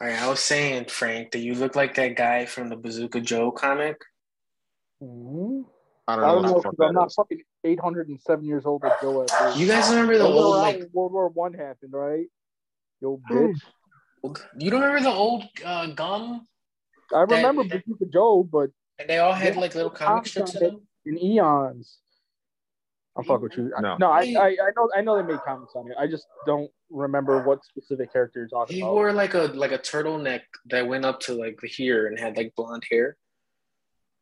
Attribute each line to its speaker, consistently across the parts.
Speaker 1: All right, I was saying, Frank, that you look like that guy from the Bazooka Joe comic.
Speaker 2: Mhm.
Speaker 3: I
Speaker 2: I
Speaker 3: don't know.
Speaker 2: don't
Speaker 3: what
Speaker 2: know
Speaker 3: the
Speaker 2: because
Speaker 3: fuck
Speaker 2: I'm
Speaker 3: that
Speaker 2: not
Speaker 3: is.
Speaker 2: fucking 807 years old as Joe F.
Speaker 1: You guys remember the
Speaker 2: Oh, Those are
Speaker 1: old
Speaker 2: around
Speaker 1: like Hmm.
Speaker 2: when World War One happened, right? Yo, bitch.
Speaker 1: you don't remember the old uh, gum?
Speaker 2: I remember
Speaker 1: that-
Speaker 2: Bazooka Joe, but
Speaker 1: And they all had like little comic strips in them.
Speaker 2: in eons. I'm fuck with you.
Speaker 3: No.
Speaker 2: No, I, I, I know I know they made comments on it. I just don't remember what specific character you're talking
Speaker 1: He
Speaker 2: about.
Speaker 1: wore like a like a turtleneck that went up to like here and had like blonde hair.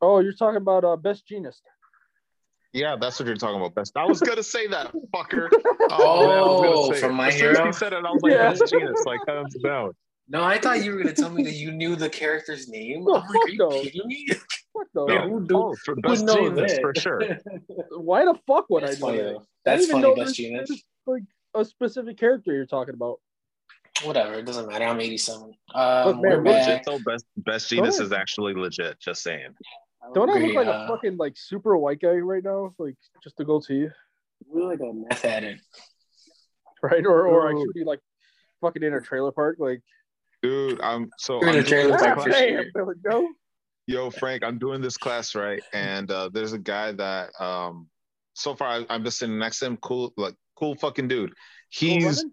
Speaker 2: oh, you're talking about uh, Best Genius.
Speaker 3: Yeah, that's what you're talking about. Best. I was gonna say that, fucker. Man, I was
Speaker 1: Oh,
Speaker 3: gonna say
Speaker 1: from
Speaker 3: it.
Speaker 1: my
Speaker 3: as soon as
Speaker 1: hero.
Speaker 3: He said it. I was like,
Speaker 2: Yeah.
Speaker 3: "That's genius." Like, hands down.
Speaker 1: No, I thought you were gonna tell me that you knew the character's name.
Speaker 2: No,
Speaker 1: I'm like, are
Speaker 2: fuck
Speaker 1: you
Speaker 2: no.
Speaker 1: kidding me?
Speaker 2: What the?
Speaker 1: Yeah, who do-
Speaker 3: Oh, for best
Speaker 1: know
Speaker 3: genius
Speaker 1: that?
Speaker 3: for sure.
Speaker 2: Why the fuck would
Speaker 1: That's
Speaker 2: I know
Speaker 1: funny
Speaker 2: that?
Speaker 1: though. That's
Speaker 2: I didn't even
Speaker 1: funny,
Speaker 2: know
Speaker 1: Best
Speaker 2: there's-
Speaker 1: Genius.
Speaker 2: there's, Like a specific character you're talking about.
Speaker 1: Whatever, it doesn't matter. I'm 87. Um,
Speaker 2: Look, man,
Speaker 1: we're
Speaker 2: look,
Speaker 1: back.
Speaker 3: Legit though, best best
Speaker 2: Go
Speaker 3: genius
Speaker 2: ahead.
Speaker 3: is actually legit. Just saying.
Speaker 2: Don't I
Speaker 1: Agree,
Speaker 2: look like
Speaker 1: uh,
Speaker 2: a fucking like super white guy right now? Like just to go to you,
Speaker 1: We're like a meth addict.
Speaker 2: right? Or or I
Speaker 3: Ooh.
Speaker 2: should be like fucking in a trailer park, like
Speaker 3: Dude, I'm so
Speaker 1: You're in
Speaker 3: I'm
Speaker 1: a trailer
Speaker 3: doing this
Speaker 1: park
Speaker 2: "Ah,
Speaker 1: for
Speaker 3: class-
Speaker 1: sure.
Speaker 2: damn, Billy Joe."
Speaker 3: Yo, Frank, I'm doing this class right, and uh, there's a guy that um, so far I, I'm just sitting next to him. Cool, like cool fucking dude.
Speaker 2: Cool
Speaker 3: He's
Speaker 2: Runnings?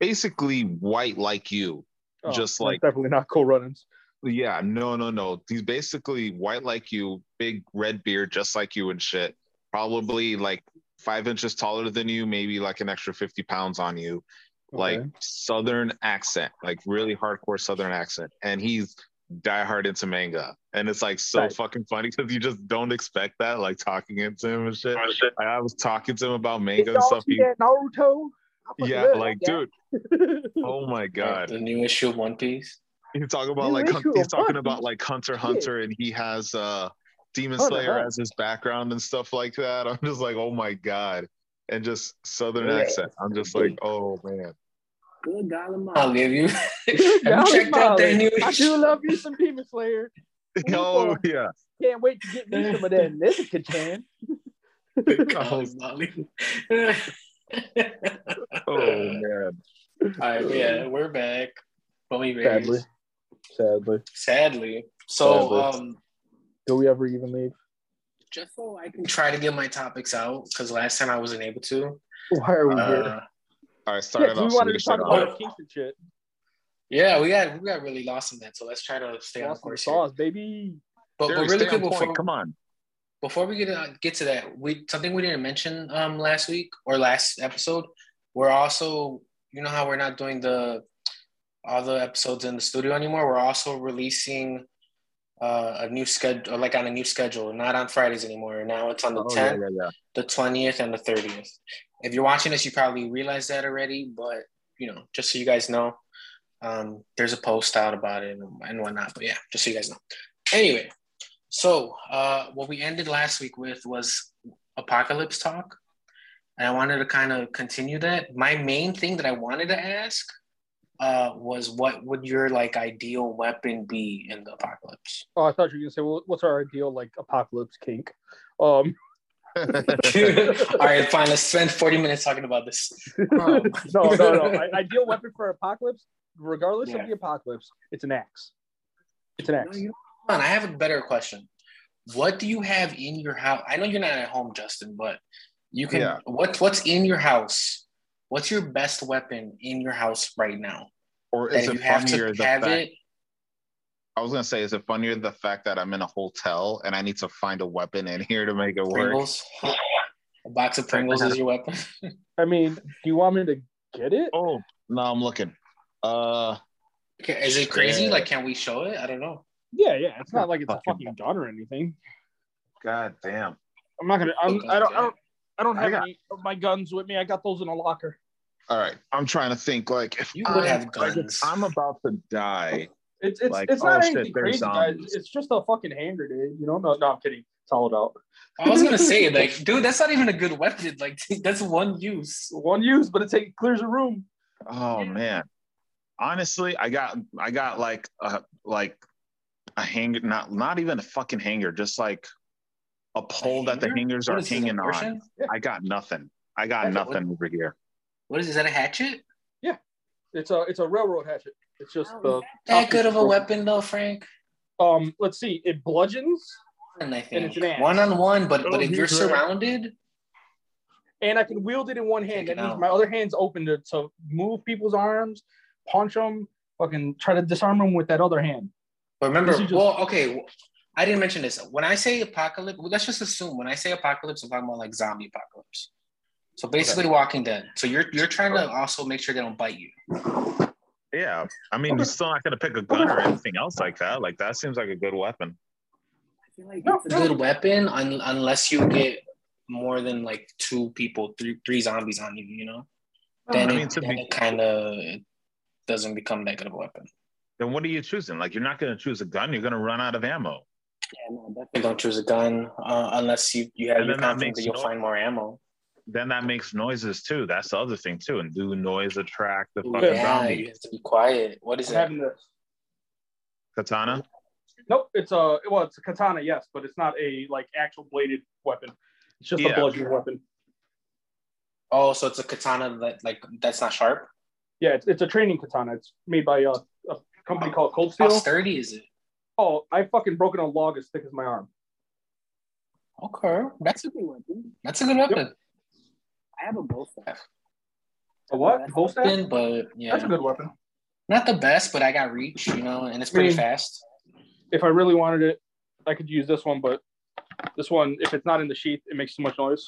Speaker 3: basically white like you.
Speaker 2: Oh,
Speaker 3: just
Speaker 2: that's
Speaker 3: like-
Speaker 2: definitely not cool runnings.
Speaker 3: Yeah, no, no, no. He's basically white like you, big red beard, just like you and shit. Probably like five inches taller than you, maybe like an extra 50 pounds on you. Like
Speaker 2: Okay.
Speaker 3: southern accent, like really hardcore southern accent. And he's diehard into manga. And it's like so
Speaker 2: Right.
Speaker 3: fucking funny because you just don't expect that, like talking into him and shit. Like, I was talking to him about
Speaker 2: Did
Speaker 3: manga
Speaker 2: y'all
Speaker 3: and stuff.
Speaker 2: see
Speaker 3: He,
Speaker 2: that Naruto? I fucking
Speaker 3: yeah,
Speaker 2: love
Speaker 3: like,
Speaker 2: that.
Speaker 3: dude, oh my God.
Speaker 1: The new issue of One Piece.
Speaker 3: He's talking about
Speaker 2: You
Speaker 3: like
Speaker 2: wish
Speaker 3: hunt-
Speaker 2: you were
Speaker 3: he's talking
Speaker 2: fucking
Speaker 3: about like Hunter x
Speaker 2: shit. Oh,
Speaker 3: Hunter, and he has uh Demon
Speaker 2: Hunter,
Speaker 3: Slayer
Speaker 2: huh?
Speaker 3: as his background and stuff like that. I'm just like, oh my god, and just Southern
Speaker 1: Yeah.
Speaker 3: accent. I'm just like, oh man,
Speaker 1: Good God, Molly, have you, have you
Speaker 2: Good golly
Speaker 1: checked out that new
Speaker 2: Molly. I
Speaker 1: issue?
Speaker 2: do love you some Demon Slayer.
Speaker 3: oh yeah,
Speaker 2: Can't wait to get me some of that Nezuka chan.
Speaker 1: Good golly Molly.
Speaker 3: oh man.
Speaker 1: All right, yeah, we're back. Bummy Bears.
Speaker 2: Sadly. Sadly.
Speaker 1: Sadly. So,
Speaker 2: Sadly.
Speaker 1: um,
Speaker 2: Do we ever even leave?
Speaker 1: just so I can try to get my topics out, because last time I wasn't able to.
Speaker 2: Why are we here?
Speaker 1: Uh,
Speaker 3: All right,
Speaker 2: Yeah,
Speaker 3: started
Speaker 2: 'cause
Speaker 3: off.
Speaker 2: we wanted
Speaker 3: Swedish
Speaker 2: to talk
Speaker 3: shit.
Speaker 2: about kinks and shit.
Speaker 1: yeah, we got we got really lost in that, so let's try to stay on
Speaker 2: Lost in the
Speaker 1: course. Here.
Speaker 2: sauce, baby.
Speaker 1: But, but
Speaker 3: Derek,
Speaker 1: really
Speaker 3: stay
Speaker 1: quick
Speaker 3: on point.
Speaker 1: before,
Speaker 3: Come on,
Speaker 1: before we get uh, get to that, we something we didn't mention um last week or last episode. We're also, you know how we're not doing the all the episodes in the studio anymore. We're also releasing uh, a new schedule, like on a new schedule, not on Fridays anymore. Now it's on the
Speaker 3: Oh, yeah,
Speaker 1: 10th,
Speaker 3: yeah, yeah.
Speaker 1: the 20th, and the 30th. If you're watching this, you probably realize that already, but you know, just so you guys know, um, there's a post out about it and, and whatnot. But yeah, just so you guys know. Anyway, so uh, what we ended last week with was apocalypse talk, and I wanted to kind of continue that. My main thing that I wanted to ask uh, was, what would your like ideal weapon be in the apocalypse?
Speaker 2: Oh, I thought you were gonna say, well, what's our ideal like apocalypse kink? Um,
Speaker 1: All right, fine. Let's spend forty minutes talking about this.
Speaker 3: Oh.
Speaker 2: no,
Speaker 1: Um,
Speaker 2: no, no. I- Ideal weapon for apocalypse, regardless
Speaker 1: Yeah.
Speaker 2: of the apocalypse, it's an axe. It's an axe.
Speaker 1: No, you don't. Hold on, I have a better question. What do you have in your house? I know you're not at home, Justin, but you can.
Speaker 3: Yeah.
Speaker 1: What What's in your house? What's your best weapon in your house right now?
Speaker 3: Or
Speaker 1: That
Speaker 3: is
Speaker 1: if you
Speaker 3: it
Speaker 1: have
Speaker 3: funnier
Speaker 1: to
Speaker 3: the
Speaker 1: have
Speaker 3: fact?
Speaker 1: it,
Speaker 3: I was gonna say, is it funnier the fact that I'm in a hotel and I need to find a weapon in here to make it work?
Speaker 1: Pringles. A box of Pringles is your weapon.
Speaker 2: I mean, do you want me to get it?
Speaker 3: Oh no, I'm looking. Uh,
Speaker 1: Okay, Is it crazy?
Speaker 3: Yeah.
Speaker 1: Like, can we show it? I don't know.
Speaker 2: Yeah, yeah. It's not like it's a
Speaker 3: Fucking-
Speaker 2: fucking gun or anything.
Speaker 3: god damn.
Speaker 2: I'm not gonna. I'm, I don't. I don't. I don't
Speaker 3: I
Speaker 2: have
Speaker 3: got-
Speaker 2: any of my guns with me. I got those in a locker.
Speaker 3: All right, I'm trying to think. Like, if
Speaker 1: You would
Speaker 3: I'm-
Speaker 1: have
Speaker 3: like, if
Speaker 1: guns.
Speaker 3: I'm about to die.
Speaker 2: It's it's
Speaker 3: Like,
Speaker 2: it's not
Speaker 3: oh, shit,
Speaker 2: anything
Speaker 3: they're
Speaker 2: crazy,
Speaker 3: zombies.
Speaker 2: guys. It's just a fucking hand grenade. You know? No, no, I'm kidding. It's all about
Speaker 1: I was gonna say, like, dude, that's not even a good weapon. Like, that's one use.
Speaker 2: one use, but it takes clears a room.
Speaker 3: Oh man, honestly, I got I got like a like a hanger, not not even a fucking hanger, just like a pole that the
Speaker 1: hanger?
Speaker 3: hangers
Speaker 1: What
Speaker 3: are
Speaker 1: is this, a
Speaker 3: hanging on.
Speaker 1: person?
Speaker 3: I got nothing. I got
Speaker 2: That's
Speaker 3: nothing over here.
Speaker 1: What is? Is that a hatchet?
Speaker 2: Yeah. It's a it's a railroad hatchet. It's just
Speaker 1: Oh,
Speaker 2: the
Speaker 1: That good of a weapon though, Frank.
Speaker 2: Um, let's see. It bludgeons,
Speaker 1: And I
Speaker 2: And
Speaker 1: think
Speaker 2: it's an axe.
Speaker 1: one on one, but
Speaker 3: Oh,
Speaker 1: but if you're
Speaker 3: he's right.
Speaker 1: surrounded,
Speaker 2: and I can wield it in one hand.
Speaker 1: Take
Speaker 2: That
Speaker 1: it
Speaker 2: means
Speaker 1: out.
Speaker 2: my other hand's open to, to move people's arms, punch them, fucking try to disarm them with that other hand.
Speaker 1: But remember,
Speaker 2: This is just-
Speaker 1: well, okay, w- I didn't mention this. When I say apocalypse, well, let's just assume when I say apocalypse, I'm talking about like zombie apocalypse. So basically, Walking Dead. So you're you're trying to also make sure they don't bite you.
Speaker 3: Yeah, I mean, you're still not gonna pick a gun or anything else like that. Like that seems like a good weapon.
Speaker 4: feel like
Speaker 2: No,
Speaker 1: It's a good weapon, un- unless you get more than like two people, three three zombies on you. You know, then,
Speaker 3: Oh, I mean,
Speaker 1: it,
Speaker 3: to be-
Speaker 1: kind of doesn't become that good of a weapon.
Speaker 3: Then what are you choosing? Like you're not gonna choose a gun. You're gonna run out of ammo.
Speaker 1: Yeah, no, definitely don't choose a gun uh, unless you you have
Speaker 3: And
Speaker 1: your
Speaker 3: then that
Speaker 1: confidence
Speaker 3: makes
Speaker 1: that you'll
Speaker 3: no-
Speaker 1: find more ammo.
Speaker 3: Then that makes noises too. That's the other thing too. And do noise attract the fucking
Speaker 1: Yeah,
Speaker 3: zombie?
Speaker 1: you have to be quiet. What is
Speaker 2: I'm
Speaker 1: that?
Speaker 2: having this.
Speaker 3: Katana.
Speaker 2: Nope, it's a well, it's a katana, yes, but it's not a like actual bladed weapon. It's just
Speaker 3: Yeah.
Speaker 2: a bludgeon weapon.
Speaker 1: Oh, so it's a katana that like that's not sharp.
Speaker 2: Yeah, it's, it's a training katana. It's made by a, a company called Cold
Speaker 1: How
Speaker 2: Steel.
Speaker 1: sturdy is it?
Speaker 2: Oh, I fucking broken a log as thick as my arm.
Speaker 1: Okay, that's a good weapon. That's a good weapon.
Speaker 4: I have a bow staff.
Speaker 2: A what? Bull staff?
Speaker 1: Thin, But yeah,
Speaker 2: That's a good weapon.
Speaker 1: not the best, but I got reach, you know, and it's pretty
Speaker 2: Mm.
Speaker 1: fast.
Speaker 2: If I really wanted it, I could use this one, but this one, if it's not in the sheath, it makes too much noise.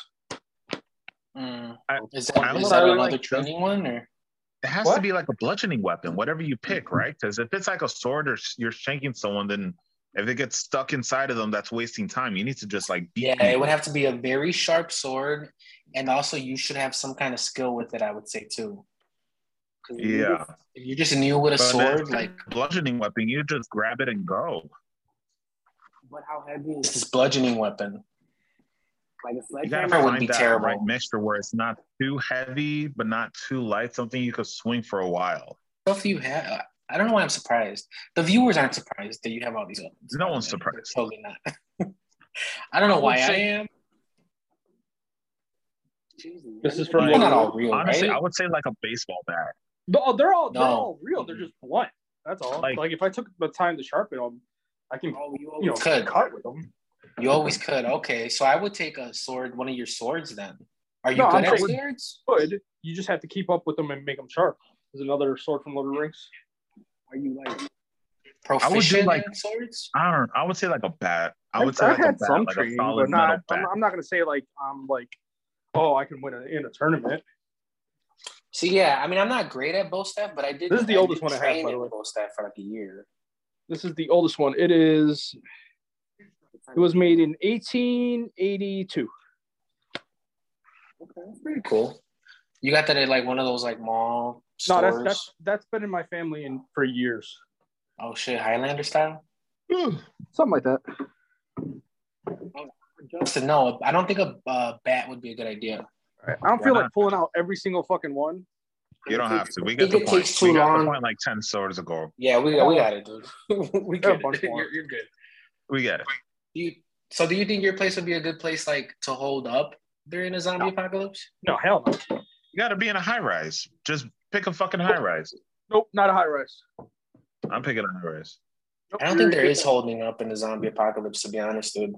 Speaker 1: Mm.
Speaker 3: I-
Speaker 1: Is that,
Speaker 3: I
Speaker 1: is
Speaker 3: would
Speaker 1: that
Speaker 3: really
Speaker 1: another
Speaker 3: like
Speaker 1: training one or?
Speaker 3: It has to
Speaker 2: What? Mm-hmm.
Speaker 3: be like a bludgeoning weapon, whatever you pick, right? Because if it's like a sword or s- you're shanking someone, then if it gets stuck inside of them, that's wasting time. You need to just like beat.
Speaker 1: Yeah, it
Speaker 3: people.
Speaker 1: would have to be a very sharp sword, and also you should have some kind of skill with it. I would say too. 'Cause if you
Speaker 3: Yeah.
Speaker 1: just- If you just knew with a
Speaker 3: But then
Speaker 1: sword,
Speaker 3: if it's
Speaker 1: like
Speaker 3: a bludgeoning weapon, you just grab it and go.
Speaker 4: But how heavy
Speaker 1: it's
Speaker 4: is
Speaker 1: this bludgeoning weapon,
Speaker 4: like a
Speaker 3: You gotta
Speaker 1: Hammer
Speaker 4: sledgehammer?
Speaker 1: would
Speaker 3: find
Speaker 1: be
Speaker 3: that
Speaker 1: terrible.
Speaker 3: right mixture where it's not too heavy but not too light. Something you could swing for a while.
Speaker 1: stuff you have. I don't know why I'm surprised. The viewers aren't surprised that you have all these weapons.
Speaker 3: No one's
Speaker 1: They're
Speaker 3: surprised.
Speaker 1: Totally not. I don't know why I
Speaker 2: Say-
Speaker 1: am.
Speaker 4: Jesus,
Speaker 2: This is
Speaker 4: man.
Speaker 2: from-
Speaker 1: They're not all real,
Speaker 3: Honestly,
Speaker 1: right?
Speaker 3: I would say like a baseball bat.
Speaker 2: No, they're all they're
Speaker 1: No.
Speaker 2: all real. They're just blunt. That's all.
Speaker 3: Like-
Speaker 2: Like, if I took the time to sharpen them, I can
Speaker 4: Oh, you
Speaker 2: you know
Speaker 4: always
Speaker 1: Could.
Speaker 2: cut with them.
Speaker 1: You always could. Okay, so I would take a sword, one of your swords. Then, are you
Speaker 2: No,
Speaker 1: good
Speaker 2: I'm
Speaker 1: at
Speaker 2: saying-
Speaker 1: swords?
Speaker 2: Could you just have to keep up with them and make them sharp? Is another sword from Lord of the Rings.
Speaker 4: are you like
Speaker 1: Proficient
Speaker 3: like-
Speaker 1: at swords.
Speaker 3: I don't. I would say like a bat. I
Speaker 2: I've-
Speaker 3: would say
Speaker 2: I've
Speaker 3: like a
Speaker 2: had
Speaker 3: bat,
Speaker 2: some
Speaker 3: like a
Speaker 2: training,
Speaker 3: solid
Speaker 2: but not.
Speaker 3: metal bat.
Speaker 2: I'm, I'm not gonna say like I'm like, oh, I can win a, in a tournament.
Speaker 1: So yeah, I mean, I'm not great at bow staff, but I did.
Speaker 2: This is the
Speaker 1: I
Speaker 2: oldest
Speaker 1: did
Speaker 2: one I have,
Speaker 1: train
Speaker 2: by
Speaker 1: in
Speaker 2: the way.
Speaker 1: Bow staff for like a year.
Speaker 2: This is the oldest one. It is. It was made in 1882.
Speaker 4: Okay, that's pretty cool.
Speaker 1: Cool. You got that at like one of those like mall
Speaker 2: No,
Speaker 1: stores.
Speaker 2: that's that's that's been in my family in for years.
Speaker 1: Oh shit, Highlander style.
Speaker 2: Something like that.
Speaker 1: So no, I don't think a uh, bat would be a good idea.
Speaker 2: I don't
Speaker 3: Why
Speaker 2: feel
Speaker 3: not?
Speaker 2: like pulling out every single fucking one.
Speaker 3: You don't have to. We
Speaker 1: If
Speaker 3: get the
Speaker 1: it
Speaker 3: point.
Speaker 1: takes
Speaker 3: we
Speaker 1: too
Speaker 3: got
Speaker 1: long-
Speaker 3: the point like ten swords ago.
Speaker 1: Yeah, we got we got it, dude. we
Speaker 2: Got a
Speaker 1: got
Speaker 2: bunch
Speaker 1: it.
Speaker 2: more.
Speaker 1: You're, you're good.
Speaker 3: We get it.
Speaker 1: Do you, so do you think your place would be a good place like to hold up during a zombie apocalypse?
Speaker 2: No, hell no.
Speaker 3: You got to be in a high rise. Just pick a fucking high rise.
Speaker 2: Nope, not a high rise.
Speaker 3: I'm picking a high rise.
Speaker 2: Nope,
Speaker 1: I don't think
Speaker 2: you're-
Speaker 1: there is holding up in the zombie apocalypse, to be honest, dude.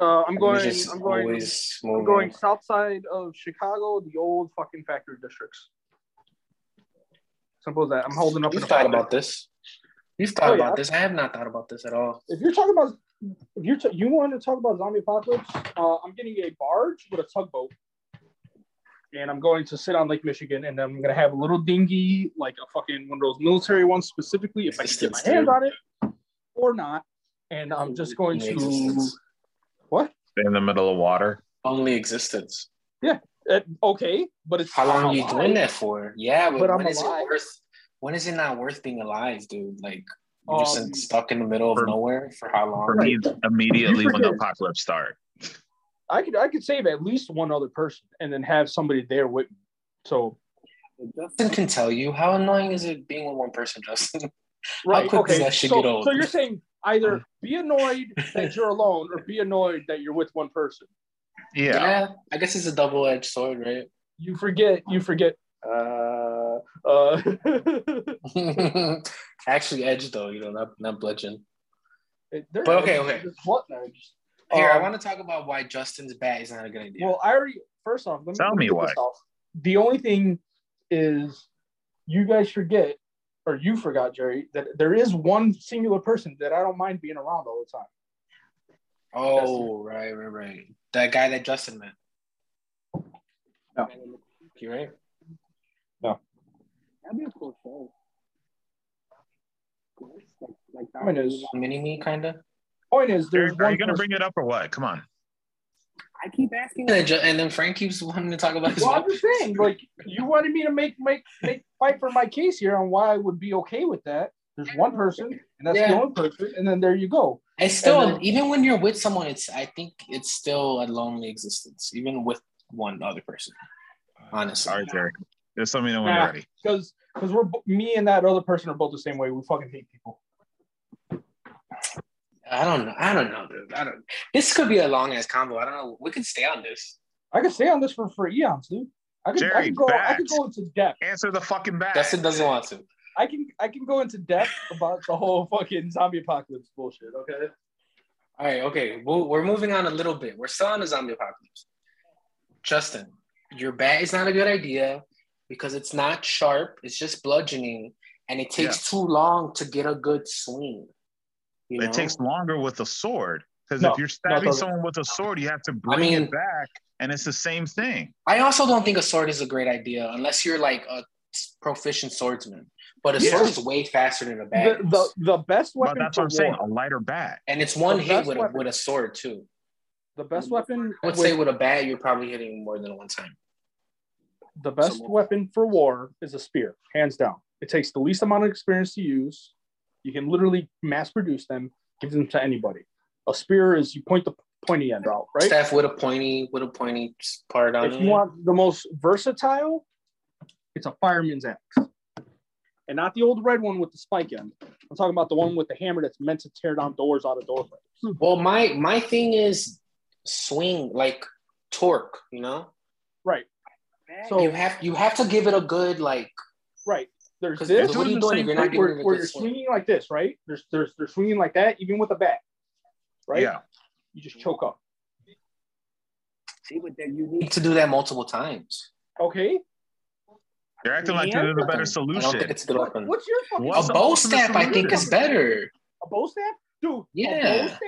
Speaker 2: Uh, I'm
Speaker 1: It's
Speaker 2: going.
Speaker 1: just
Speaker 2: I'm going.
Speaker 1: always
Speaker 2: I'm
Speaker 1: moving.
Speaker 2: going south side of Chicago, the old fucking factory districts. Simple as that. I'm holding up.
Speaker 1: You've
Speaker 2: in a
Speaker 1: thought
Speaker 2: factory.
Speaker 1: about this. You've thought
Speaker 2: Oh,
Speaker 1: about
Speaker 2: yeah.
Speaker 1: this. I have not thought about this at all.
Speaker 2: If you're talking about, if you're t- you want to talk about zombie apocalypse, uh, I'm getting a barge with a tugboat, and I'm going to sit on Lake Michigan, and I'm gonna have a little dinghy, like a fucking one of those military ones, specifically if I can get my
Speaker 1: Existence,
Speaker 2: hands
Speaker 1: dude.
Speaker 2: on it, or not. And I'm just going
Speaker 1: Only
Speaker 2: to
Speaker 1: existence.
Speaker 2: what?
Speaker 3: In the middle of water.
Speaker 1: Only existence.
Speaker 2: Uh, okay, but it's
Speaker 1: How long are you
Speaker 2: alive.
Speaker 1: doing that for? Yeah, but,
Speaker 2: But I'm
Speaker 1: when is
Speaker 2: alive.
Speaker 1: it worth? When is it not worth being alive, dude? Like you're just
Speaker 2: Um,
Speaker 1: stuck in the middle of
Speaker 3: for-
Speaker 1: nowhere for how long?
Speaker 3: For me, it's immediately
Speaker 2: You
Speaker 3: when the
Speaker 2: forget.
Speaker 3: apocalypse starts.
Speaker 2: I could I could save at least one other person and then have somebody there with me. So
Speaker 1: Justin can tell you how annoying is it being with one person, Justin.
Speaker 2: right,
Speaker 1: quick does
Speaker 2: okay.
Speaker 1: that shit
Speaker 2: so,
Speaker 1: get old?
Speaker 2: so you're saying either be annoyed that you're alone or be annoyed that you're with one person.
Speaker 3: Yeah.
Speaker 1: I guess it's a double-edged sword, right?
Speaker 2: You forget you forget uh Nah. Uh,
Speaker 1: Actually, Edge though, you know, not not Bludgeon.
Speaker 2: they're-
Speaker 1: But okay, okay.
Speaker 2: it's Slutnudge.
Speaker 1: Here, I
Speaker 2: Um,
Speaker 1: want to talk about why Justin's bat is not a good idea.
Speaker 2: Well, I already first off, let me
Speaker 3: Tell
Speaker 2: let
Speaker 3: me
Speaker 2: get
Speaker 3: why.
Speaker 2: this off. The only thing is, you guys forget, or you forgot, Jerry, that there is one singular person that I don't mind being around all the time.
Speaker 1: oh, right, right, right. That guy that Justin met. You right?
Speaker 4: That'd be a cool show. Cool. Like, like that.
Speaker 2: Mine is-
Speaker 1: Mini me, kind of.
Speaker 2: Point is, there's
Speaker 3: Are
Speaker 2: one.
Speaker 3: you gonna
Speaker 2: person-
Speaker 3: bring it up or what? Come on.
Speaker 4: I keep asking.
Speaker 1: And then, Ju- and then Frank keeps wanting to talk about his.
Speaker 2: well,
Speaker 1: Well,
Speaker 2: I'm just saying, like you wanted me to make make make fight for my case here on why I would be okay with that. There's one person, and that's
Speaker 1: Yeah.
Speaker 2: the only person, and then there you go.
Speaker 1: it's still,
Speaker 2: and then-
Speaker 1: even when you're with someone, it's. I think it's still a lonely existence, even with one other person.
Speaker 3: Uh,
Speaker 1: Honestly,
Speaker 3: Sorry, Jerry. Just let me know when
Speaker 2: Nah.
Speaker 3: you're ready.
Speaker 2: Because because we're bo- me and that other person are both the same way. We fucking hate people.
Speaker 1: I don't know. I don't know, dude. I don't. This could be a long ass combo. I don't know. We could stay on this.
Speaker 2: I could stay on this for, for eons, dude. I could, I
Speaker 3: Jerry,
Speaker 2: could go I could
Speaker 3: facts.
Speaker 2: go into depth.
Speaker 3: Answer the fucking bat.
Speaker 1: Justin doesn't want to.
Speaker 2: I can I can go into depth about the whole fucking zombie apocalypse bullshit. Okay.
Speaker 1: All right, okay. Well, we're moving on a little bit. We're still on the zombie apocalypse. Justin, your bat is not a good idea because it's not sharp. It's just bludgeoning, and it takes too long to get a good swing. You
Speaker 3: it
Speaker 1: know?
Speaker 3: takes longer with a sword because
Speaker 2: No,
Speaker 3: if
Speaker 2: no,
Speaker 3: you're
Speaker 2: it
Speaker 3: stabbing
Speaker 2: doesn't.
Speaker 3: someone with a sword, you have to bring
Speaker 1: mean-
Speaker 3: it back, and it's the same thing.
Speaker 1: I also don't think a sword is a great idea unless you're like a proficient swordsman. But a
Speaker 3: Yeah.
Speaker 1: sword is way faster than a bat,
Speaker 2: The, the the best
Speaker 3: But
Speaker 2: weapon
Speaker 3: that's
Speaker 2: for
Speaker 3: what I'm saying.
Speaker 2: war.
Speaker 3: A lighter bat.
Speaker 1: and it's one
Speaker 2: the
Speaker 1: hit
Speaker 2: best
Speaker 1: with a,
Speaker 2: weapon-
Speaker 1: with a sword too.
Speaker 2: The best weapon.
Speaker 1: I would
Speaker 2: with-
Speaker 1: say with a bat, you're probably hitting more than one time.
Speaker 2: the best
Speaker 4: Some-
Speaker 2: weapon for war is a spear, hands down. It takes the least amount of experience to use. You can literally mass produce them, give them to anybody. A spear is you point the pointy end out, right?
Speaker 1: Staff with a pointy with a pointy part on
Speaker 2: if
Speaker 1: it.
Speaker 2: you want the most versatile, it's a fireman's axe. And not the old red one with the spike end. I'm talking about the one with the hammer that's meant to tear down doors out of doorways.
Speaker 1: Well, my my thing is swing like torque. You know,
Speaker 2: Right,
Speaker 4: So
Speaker 2: So-
Speaker 1: you have you have to give it a good like.
Speaker 2: right. There's
Speaker 1: 'Cause
Speaker 2: this
Speaker 1: what are you
Speaker 3: Doing the
Speaker 1: doing? if
Speaker 3: same
Speaker 1: You're
Speaker 2: where,
Speaker 1: not giving it a
Speaker 2: where
Speaker 1: good
Speaker 2: you're
Speaker 1: swing.
Speaker 2: swinging like this, right? There's there's they're swinging like that, even with a bat, right?
Speaker 3: Yeah.
Speaker 2: You just choke up.
Speaker 4: see what they're
Speaker 1: You
Speaker 4: unique.
Speaker 1: need to do that multiple times.
Speaker 2: Okay,
Speaker 3: You're acting like
Speaker 2: Yeah.
Speaker 3: there's a better
Speaker 1: I don't think
Speaker 3: solution.
Speaker 1: it's a good
Speaker 2: What-
Speaker 1: weapon.
Speaker 2: what's your fucking
Speaker 1: A
Speaker 3: What's the
Speaker 1: bow
Speaker 3: ultimate
Speaker 1: staff, I think, is
Speaker 2: solution?
Speaker 1: better.
Speaker 2: a bow staff, dude?
Speaker 1: Yeah.
Speaker 2: a bow staff.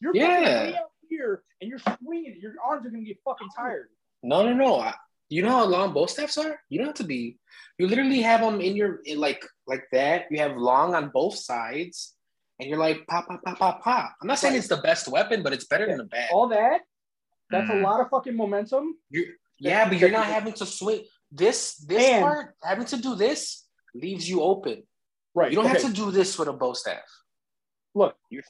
Speaker 2: You're
Speaker 1: Yeah.
Speaker 2: fucking way out here, and you're swinging. it. Your arms are gonna get fucking tired.
Speaker 1: No, no, no. I, you know how long bow staffs are? You don't have to be. You literally have them in your in like like that. You have long on both sides, and you're like pop, pop, pop, pop, pop. I'm not saying
Speaker 2: Right.
Speaker 1: it's the best weapon, but it's better than a bat.
Speaker 2: All that. That's
Speaker 3: Mm.
Speaker 2: a lot of fucking momentum.
Speaker 1: You're, yeah, but you're not having to swing this this
Speaker 2: And-
Speaker 1: part. Having to do this leaves you open.
Speaker 2: Right.
Speaker 1: You don't have to do this with a bow staff.
Speaker 2: Look.
Speaker 1: you're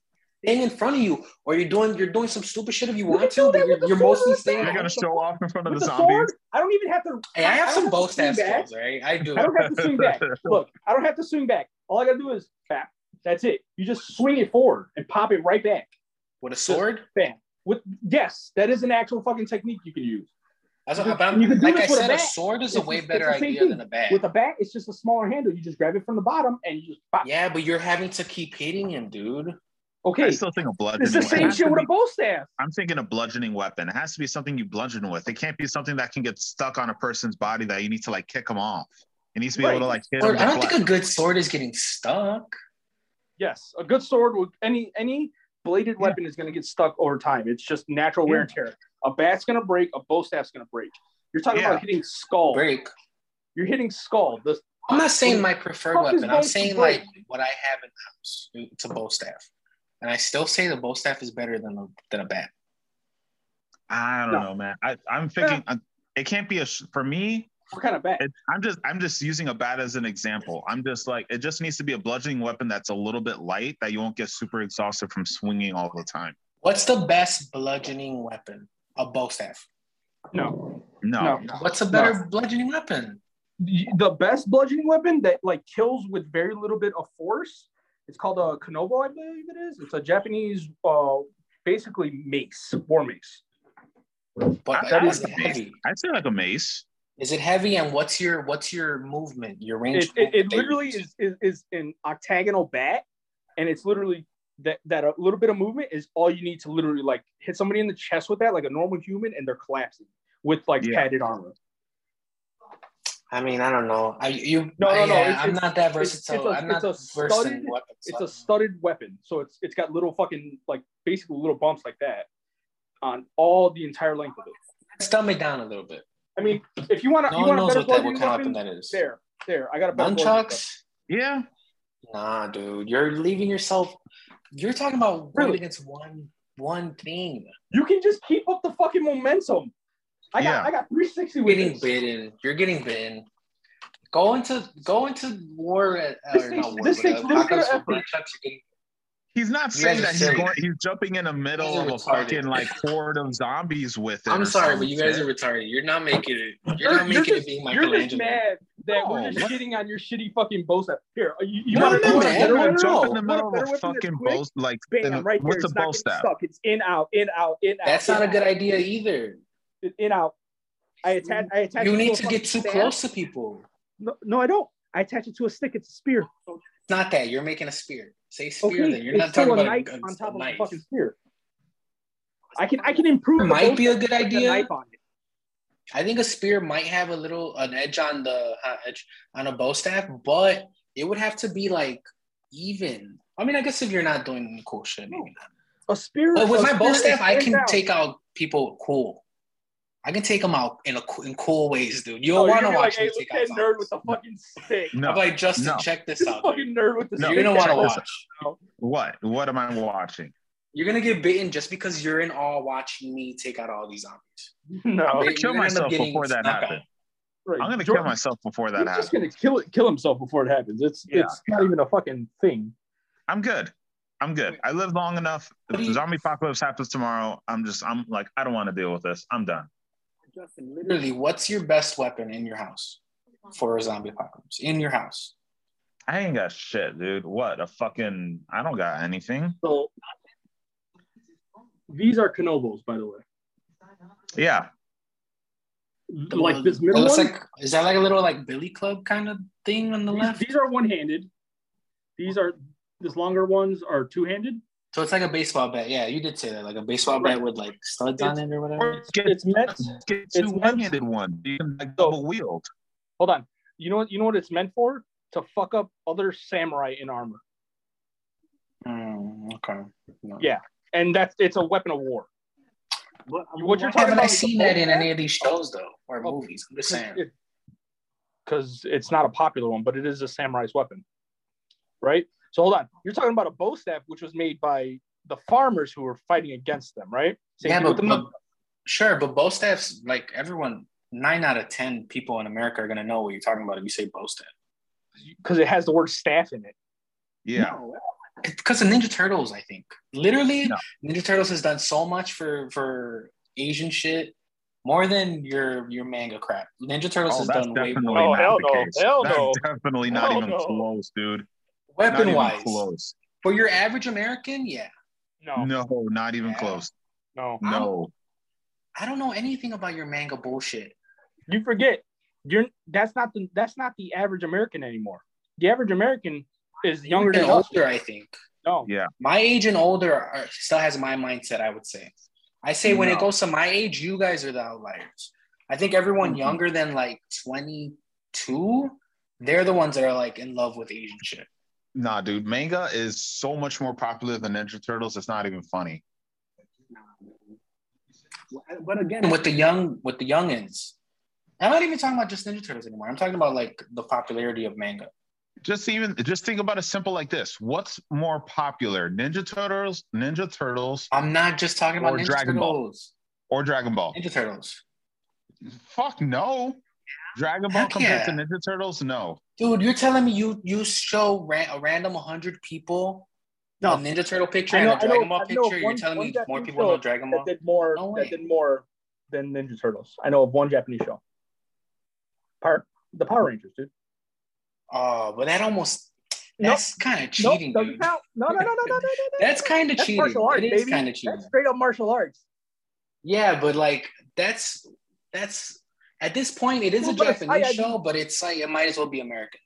Speaker 1: staying in front of you, or you're doing you're doing some stupid shit if you want
Speaker 2: can
Speaker 1: to,
Speaker 2: do
Speaker 1: but
Speaker 2: that
Speaker 1: you're,
Speaker 2: with the
Speaker 1: you're
Speaker 2: sword
Speaker 1: mostly
Speaker 2: or the
Speaker 1: staying.
Speaker 3: You're gonna show off in front of
Speaker 2: With
Speaker 3: the
Speaker 2: the
Speaker 3: zombies.
Speaker 2: sword, I don't even have to.
Speaker 1: Hey, I have
Speaker 2: don't
Speaker 1: some
Speaker 2: to
Speaker 1: bow
Speaker 2: swing
Speaker 1: staff
Speaker 2: back.
Speaker 1: skills, right? I do.
Speaker 2: I don't have to swing back. Look, I don't have to swing back. All I gotta do is bap. That's it. You just swing it forward and pop it right back.
Speaker 1: With a sword?
Speaker 2: With yes, that is an actual fucking technique you can use.
Speaker 1: That's
Speaker 2: You
Speaker 1: what,
Speaker 2: can-
Speaker 1: I'm-
Speaker 2: you can do
Speaker 1: like
Speaker 2: this
Speaker 1: I
Speaker 2: with a
Speaker 1: said, a
Speaker 2: bat.
Speaker 1: sword is a
Speaker 2: It's
Speaker 1: way
Speaker 2: the- it's
Speaker 1: better
Speaker 2: the same
Speaker 1: idea
Speaker 2: thing.
Speaker 1: than a bat.
Speaker 2: With a bat, it's just a smaller handle. You just grab it from the bottom and you just pop.
Speaker 1: yeah, but you're having to keep hitting him, dude.
Speaker 2: Okay,
Speaker 3: I still think a bludgeoning.
Speaker 2: It's the
Speaker 3: weapon. It
Speaker 2: same
Speaker 3: has to
Speaker 2: shit with
Speaker 3: be-
Speaker 2: a bow staff.
Speaker 3: I'm thinking a bludgeoning weapon. It has to be something you bludgeon with. It can't be something that can get stuck on a person's body that you need to like kick them off. It needs to be
Speaker 2: Right.
Speaker 3: able to like hit
Speaker 1: Or,
Speaker 3: them.
Speaker 1: I don't think a good sword is getting stuck.
Speaker 2: Yes, a good sword with any any bladed
Speaker 3: Yeah.
Speaker 2: weapon is going to get stuck over time. It's just natural wear and tear. A bat's going to break. A bow staff's going to break. You're talking
Speaker 3: Yeah.
Speaker 2: about hitting skull.
Speaker 1: Break.
Speaker 2: You're hitting skull. The,
Speaker 1: I'm not saying my preferred
Speaker 2: Fuck is
Speaker 1: weapon. I'm
Speaker 2: both
Speaker 1: saying
Speaker 2: great.
Speaker 1: like what I have in house. It's a bow staff, and I still say the bow staff is better than a than a bat.
Speaker 3: I don't
Speaker 2: No.
Speaker 3: know, man. I, I'm thinking uh, it can't be a sh- for me.
Speaker 2: what kind of bat?
Speaker 3: It, I'm just I'm just using a bat as an example. I'm just like it just needs to be a bludgeoning weapon that's a little bit light that you won't get super exhausted from swinging all the time.
Speaker 1: What's the best bludgeoning weapon? A bow staff.
Speaker 2: no,
Speaker 3: No,
Speaker 2: no.
Speaker 1: What's a better bludgeoning weapon?
Speaker 2: Y- The best bludgeoning weapon that like kills with very little bit of force. It's called a kanobo, I believe it is. It's a Japanese, uh, basically mace, war mace.
Speaker 1: But
Speaker 3: I-
Speaker 1: that
Speaker 3: I
Speaker 1: is
Speaker 3: like the
Speaker 1: heavy.
Speaker 3: I'd say like a mace.
Speaker 1: Is it heavy? And what's your what's your movement? Your range?
Speaker 2: It, it, it literally is, is is an octagonal bat, and it's literally that that a little bit of movement is all you need to literally like hit somebody in the chest with that like a normal human, and they're collapsing with like
Speaker 3: Yeah.
Speaker 2: padded armor.
Speaker 1: I mean, I don't know. I you
Speaker 2: No, no, no,
Speaker 1: I,
Speaker 2: it's-
Speaker 1: I'm
Speaker 2: it's-
Speaker 1: not that
Speaker 2: it's- it's
Speaker 1: versatile.
Speaker 2: a-
Speaker 1: I'm not
Speaker 2: it's a
Speaker 1: versed in
Speaker 2: studded-
Speaker 1: weapons.
Speaker 2: It's a studded weapon, so it's it's got little fucking like basically little bumps like that on all the entire length of it.
Speaker 1: Let's dumb it down a little bit.
Speaker 2: I mean, if you want to,
Speaker 1: No
Speaker 2: you
Speaker 1: one
Speaker 2: want
Speaker 1: knows
Speaker 2: a better
Speaker 1: what, that, what
Speaker 2: bludgeoning
Speaker 1: kind of weapon
Speaker 2: weapon,
Speaker 1: that is.
Speaker 2: there, there, I got a better bludgeoning weapon.
Speaker 1: Nunchucks?
Speaker 3: Yeah.
Speaker 1: Nah, dude. You're leaving yourself. You're talking about really?
Speaker 2: Really?
Speaker 1: against one one thing.
Speaker 2: You can just keep up the fucking momentum. I got
Speaker 3: Yeah.
Speaker 2: I got 360
Speaker 1: You're
Speaker 2: with
Speaker 1: getting
Speaker 2: this. This,
Speaker 1: bitten. You're getting bitten. Go into go into war. uh,
Speaker 2: This
Speaker 1: or
Speaker 2: takes-
Speaker 1: not war,
Speaker 2: this
Speaker 1: but,
Speaker 2: takes
Speaker 1: uh,
Speaker 2: little bit of
Speaker 1: apocalypse with
Speaker 2: effort.
Speaker 1: nunchucks, you're getting-
Speaker 3: He's not
Speaker 1: You
Speaker 3: saying
Speaker 1: guys are
Speaker 3: that he's
Speaker 1: silly.
Speaker 3: going. He's jumping in the middle
Speaker 1: You
Speaker 3: of a
Speaker 1: guys are retarded.
Speaker 3: fucking like horde of zombies with it.
Speaker 1: I'm
Speaker 3: or
Speaker 1: sorry,
Speaker 3: some
Speaker 1: but you guys
Speaker 3: shit.
Speaker 1: are retarded. You're not making it. You're not
Speaker 2: You're- you're
Speaker 1: making it
Speaker 2: just-
Speaker 1: being
Speaker 2: You're just
Speaker 1: Michelangelo.
Speaker 2: mad that
Speaker 3: No,
Speaker 2: we're just
Speaker 3: what?
Speaker 2: shitting on your shitty fucking bows. up. Here, you, you
Speaker 1: No,
Speaker 2: want
Speaker 1: I'm
Speaker 2: to
Speaker 1: not
Speaker 3: Jump
Speaker 1: mad.
Speaker 3: in the-
Speaker 1: I don't know.
Speaker 3: Jump in the
Speaker 2: What a
Speaker 3: middle
Speaker 2: better
Speaker 3: of
Speaker 2: weapon
Speaker 3: a
Speaker 2: that's
Speaker 3: fucking
Speaker 2: quick,
Speaker 3: bow, like in the-
Speaker 2: Bam, right there.
Speaker 3: what's
Speaker 2: It's
Speaker 3: a
Speaker 2: not
Speaker 3: bow
Speaker 2: getting
Speaker 3: staff?
Speaker 2: stuck. It's in out, in out, in out.
Speaker 1: That's
Speaker 2: in,
Speaker 1: not a
Speaker 2: out,
Speaker 1: good idea either.
Speaker 2: In out. I attach. I attach.
Speaker 1: You
Speaker 2: it
Speaker 1: need
Speaker 2: a
Speaker 1: to get too
Speaker 2: fucking staff.
Speaker 1: close to people.
Speaker 2: No, no, I don't. I attach it to a stick. It's a spear.
Speaker 1: It's not that. You're making a spear. Say spear,
Speaker 2: Okay,
Speaker 1: then you're
Speaker 2: it's
Speaker 1: not
Speaker 2: still
Speaker 1: talking
Speaker 2: a
Speaker 1: about a
Speaker 2: knife
Speaker 1: gun.
Speaker 2: on top of
Speaker 1: knife.
Speaker 2: a fucking spear. I can I can improve.
Speaker 1: It
Speaker 2: the
Speaker 1: might
Speaker 2: bow
Speaker 1: be a
Speaker 2: staff
Speaker 1: good
Speaker 2: with the
Speaker 1: idea.
Speaker 2: Knife on it.
Speaker 1: I think a spear might have a little an edge on the uh, edge on a bow staff, but it would have to be like even. I mean, I guess if you're not doing any cool shit, maybe not.
Speaker 2: A spear.
Speaker 1: But Oh, with
Speaker 2: a
Speaker 1: my bow
Speaker 2: spear
Speaker 1: staff,
Speaker 2: is
Speaker 1: I
Speaker 2: in
Speaker 1: can
Speaker 2: out.
Speaker 1: take out people cool. I can take them out in a coo- in cool ways, dude. You
Speaker 2: Oh,
Speaker 1: don't want to
Speaker 2: you're gonna be like,
Speaker 1: watch
Speaker 2: hey,
Speaker 1: me
Speaker 2: look
Speaker 1: take
Speaker 2: at
Speaker 1: out
Speaker 2: that nerd with
Speaker 1: zombies.
Speaker 2: the fucking stick.
Speaker 1: I'm
Speaker 3: No.
Speaker 1: like Justin,
Speaker 3: No.
Speaker 1: check this
Speaker 2: This
Speaker 1: out. dude.
Speaker 2: fucking nerd with the
Speaker 3: No.
Speaker 2: stick.
Speaker 1: You're gonna want to
Speaker 2: out.
Speaker 1: watch.
Speaker 3: What? What am I watching?
Speaker 1: You're gonna get bitten just because you're in awe watching me take out all these zombies. Oh,
Speaker 2: No,
Speaker 3: gonna
Speaker 1: You're
Speaker 3: kill
Speaker 1: gonna end up
Speaker 3: myself
Speaker 1: getting
Speaker 3: before that
Speaker 1: snuck out.
Speaker 3: happens.
Speaker 2: right.
Speaker 3: I'm gonna
Speaker 2: Jordan-
Speaker 3: kill myself before
Speaker 2: He's
Speaker 3: that happens.
Speaker 2: just gonna kill it, kill himself before it happens. It's
Speaker 3: Yeah.
Speaker 2: it's not even a fucking thing.
Speaker 3: I'm good. I'm good. I lived long enough.
Speaker 1: What do
Speaker 3: If
Speaker 1: you-
Speaker 3: zombie apocalypse happens tomorrow, I'm just I'm like I don't want to deal with this. I'm done.
Speaker 4: Justin, literally,
Speaker 1: Literally, what's your best weapon in your house for a zombie apocalypse? In your house,
Speaker 3: I ain't got shit, dude. What a fucking I don't got anything.
Speaker 2: So these are Kenobos, by the way.
Speaker 3: Yeah,
Speaker 2: Like this middle
Speaker 1: It
Speaker 2: one.
Speaker 1: looks like is that like a little like billy club kind of thing on the
Speaker 2: these,
Speaker 1: left?
Speaker 2: these are one-handed. These are this longer ones are two-handed.
Speaker 1: So it's like a baseball bat. Yeah, you did say that, like a baseball
Speaker 2: Right.
Speaker 1: bat with like studs on it or whatever.
Speaker 3: or get,
Speaker 2: It's meant.
Speaker 3: get
Speaker 2: it's
Speaker 3: two
Speaker 2: meant-
Speaker 3: one-handed one. You can like double wield.
Speaker 2: Hold on. You know what? You know what it's meant for? To fuck up other samurai in armor,
Speaker 1: Mm, okay. No.
Speaker 2: Yeah. and that's it's a weapon of war.
Speaker 4: what,
Speaker 2: What you're
Speaker 1: Why
Speaker 2: talking
Speaker 1: haven't
Speaker 2: about?
Speaker 1: I
Speaker 2: is the
Speaker 1: seen that
Speaker 2: bow
Speaker 1: in
Speaker 2: staff?
Speaker 1: any of these shows though, or
Speaker 2: Oh,
Speaker 1: movies? I'm just saying.
Speaker 2: because it's not a popular one, but it is a samurai's weapon, right? So hold on, you're talking about a bow staff, which was made by the farmers who were fighting against them, right? Same
Speaker 1: yeah,
Speaker 2: thing
Speaker 1: but,
Speaker 2: with the
Speaker 1: but
Speaker 2: nun-
Speaker 1: sure, but bow staffs, like everyone, nine out of ten people in America are gonna know what you're talking about if you say bow staff.
Speaker 2: 'cause it has the word staff in it.
Speaker 3: Yeah,
Speaker 1: Because of Ninja Turtles, I think. Literally,
Speaker 3: No.
Speaker 1: Ninja Turtles has done so much for for Asian shit, more than your your manga crap. Ninja Turtles
Speaker 3: oh,
Speaker 1: has
Speaker 3: that's
Speaker 1: done way
Speaker 3: definitely
Speaker 1: more.
Speaker 2: Oh,
Speaker 3: not
Speaker 2: hell
Speaker 3: the
Speaker 2: no.
Speaker 3: case.
Speaker 2: Hell
Speaker 3: that's
Speaker 2: no.
Speaker 3: definitely not
Speaker 2: Hell
Speaker 3: even
Speaker 2: no.
Speaker 3: close, dude. Not
Speaker 1: Weapon
Speaker 3: even
Speaker 1: wise,
Speaker 3: close.
Speaker 1: for your average American, yeah. Oh.
Speaker 2: No, no,
Speaker 3: No, not even
Speaker 1: Yeah.
Speaker 3: close.
Speaker 2: no.
Speaker 3: No,
Speaker 1: I don't know anything about your manga bullshit.
Speaker 2: You forget, you're that's not the that's not the average American anymore. The average American is younger
Speaker 1: and
Speaker 2: than us.
Speaker 1: older, I think.
Speaker 2: No,
Speaker 1: my age and older are, still has my mindset i would say i say when it
Speaker 3: No.
Speaker 1: goes to my age you guys are the outliers i think everyone
Speaker 3: Mhm.
Speaker 1: younger than like 22 they're the ones that are like in love with asian shit
Speaker 3: nah, dude. Manga is so much more popular than Ninja Turtles. It's not even funny.
Speaker 4: but again,
Speaker 1: and with the young with the youngins i'm not even talking about just ninja turtles anymore i'm talking about like the popularity of manga
Speaker 3: just even just think about it simple like this what's more popular ninja turtles ninja turtles
Speaker 1: i'm not just talking about
Speaker 3: Or
Speaker 1: ninja
Speaker 3: Dragon Ball.
Speaker 1: turtles
Speaker 3: or dragon ball
Speaker 1: ninja turtles
Speaker 3: fuck no dragon ball
Speaker 1: Heck
Speaker 3: compared to
Speaker 1: yeah.
Speaker 3: ninja turtles no
Speaker 1: dude you're telling me you you show ran, a random 100 people
Speaker 2: No.
Speaker 1: a ninja turtle picture
Speaker 2: I know-
Speaker 1: and a
Speaker 2: I know-
Speaker 1: dragon ball
Speaker 2: I know of
Speaker 1: picture you're
Speaker 2: one-
Speaker 1: telling
Speaker 2: one
Speaker 1: me more
Speaker 2: Japanese
Speaker 1: people
Speaker 2: show
Speaker 1: know dragon ball
Speaker 2: that did more
Speaker 1: No way.
Speaker 2: that did more than Ninja Turtles. I know of one Japanese show. Part the Power Rangers, dude.
Speaker 1: Oh, but that almost
Speaker 2: No,
Speaker 1: that's kind of
Speaker 2: Nope,
Speaker 1: cheating,
Speaker 2: doesn't
Speaker 1: dude.
Speaker 2: count. No, no, no, no, no, no, no. no.
Speaker 1: That's kind of
Speaker 2: That's
Speaker 1: cheating.
Speaker 2: martial arts,
Speaker 1: it is
Speaker 2: baby.
Speaker 1: kind of cheating.
Speaker 2: That's straight up martial arts.
Speaker 1: Yeah, but like that's that's At this point, it is
Speaker 2: Well,
Speaker 1: a
Speaker 2: but it's
Speaker 1: Japanese
Speaker 2: high
Speaker 1: show, but it's like it might as well be American.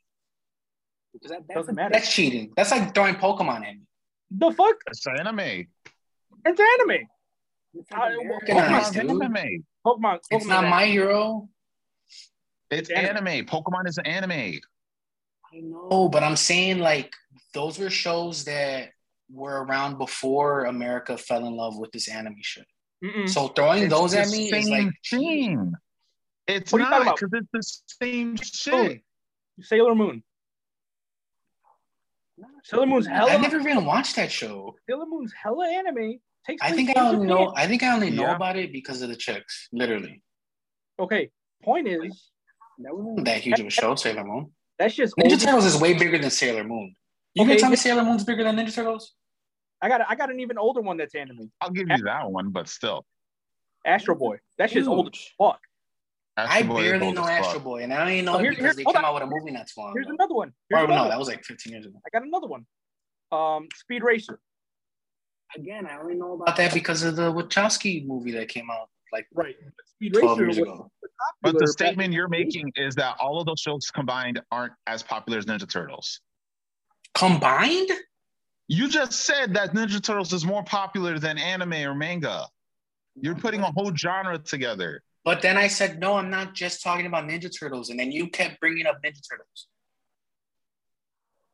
Speaker 4: Because that, that's
Speaker 2: Doesn't
Speaker 4: a,
Speaker 2: matter.
Speaker 1: That's cheating. That's like throwing Pokemon at me.
Speaker 2: The fuck?
Speaker 3: It's anime.
Speaker 2: It's anime.
Speaker 4: That's
Speaker 2: I-
Speaker 4: an American.
Speaker 1: Nice,
Speaker 3: Pokemon's
Speaker 1: dude.
Speaker 3: anime.
Speaker 2: Pokemon.
Speaker 1: It's
Speaker 2: Pokemon
Speaker 1: not
Speaker 2: anime.
Speaker 1: my hero.
Speaker 3: It's
Speaker 2: Anime.
Speaker 3: anime. Pokemon is anime.
Speaker 4: I know.
Speaker 1: Oh, but I'm saying like those were shows that were around before America fell in love with this anime shit.
Speaker 2: Mm-mm.
Speaker 1: So throwing
Speaker 3: It's
Speaker 1: those
Speaker 3: the
Speaker 1: at me is like
Speaker 3: same thing. It's
Speaker 2: What are you talking
Speaker 3: not because it's the same shit.
Speaker 2: Sailor Moon. Sailor Moon's hella.
Speaker 1: I never even watched that show.
Speaker 2: Sailor Moon's hella anime. Takes
Speaker 1: I
Speaker 2: place
Speaker 1: think I
Speaker 2: in
Speaker 1: only know.
Speaker 2: Japan.
Speaker 1: I think I only know
Speaker 3: Yeah.
Speaker 1: about it because of the chicks. Literally,
Speaker 2: Okay. Point is
Speaker 4: That was
Speaker 1: Wasn't that huge of a show, Sailor Moon.
Speaker 2: that's just
Speaker 1: Ninja
Speaker 2: old-
Speaker 1: Turtles is way bigger than Sailor Moon. You
Speaker 2: Okay,
Speaker 1: can tell me
Speaker 2: yeah.
Speaker 1: Sailor Moon's bigger than Ninja Turtles?
Speaker 2: I got I got an even older one that's anime.
Speaker 3: I'll give you that one, but still.
Speaker 2: Astro Boy. That shit's
Speaker 1: Huge.
Speaker 2: old as fuck.
Speaker 3: Astro
Speaker 1: I
Speaker 3: Boy is
Speaker 1: barely
Speaker 3: old
Speaker 1: know
Speaker 3: as fuck.
Speaker 1: Astro Boy, and I only know
Speaker 2: Oh,
Speaker 1: it
Speaker 2: here-
Speaker 1: because
Speaker 2: here-
Speaker 1: they
Speaker 2: hold
Speaker 1: came
Speaker 2: on.
Speaker 1: out with a movie not too long
Speaker 2: Here's
Speaker 1: ago.
Speaker 2: another one. Here's
Speaker 1: Or
Speaker 2: another
Speaker 1: Oh, no,
Speaker 2: one.
Speaker 1: that was like 15 years ago.
Speaker 2: I got another one. Um, Speed Racer.
Speaker 4: again. I only know
Speaker 1: About
Speaker 4: about
Speaker 1: that because of the Wachowski movie that came out like
Speaker 2: Right. Speed
Speaker 1: 12
Speaker 2: Racer
Speaker 1: years
Speaker 2: was
Speaker 1: ago.
Speaker 3: But
Speaker 2: popular
Speaker 3: the
Speaker 2: back-
Speaker 3: statement you're making is that all of those shows combined aren't as popular as Ninja Turtles.
Speaker 1: Combined?
Speaker 3: You just said that Ninja Turtles is more popular than anime or manga.
Speaker 2: Oh,
Speaker 3: You're putting a whole genre together.
Speaker 1: But then I said, no, I'm not just talking about Ninja Turtles. And then you kept bringing up Ninja Turtles.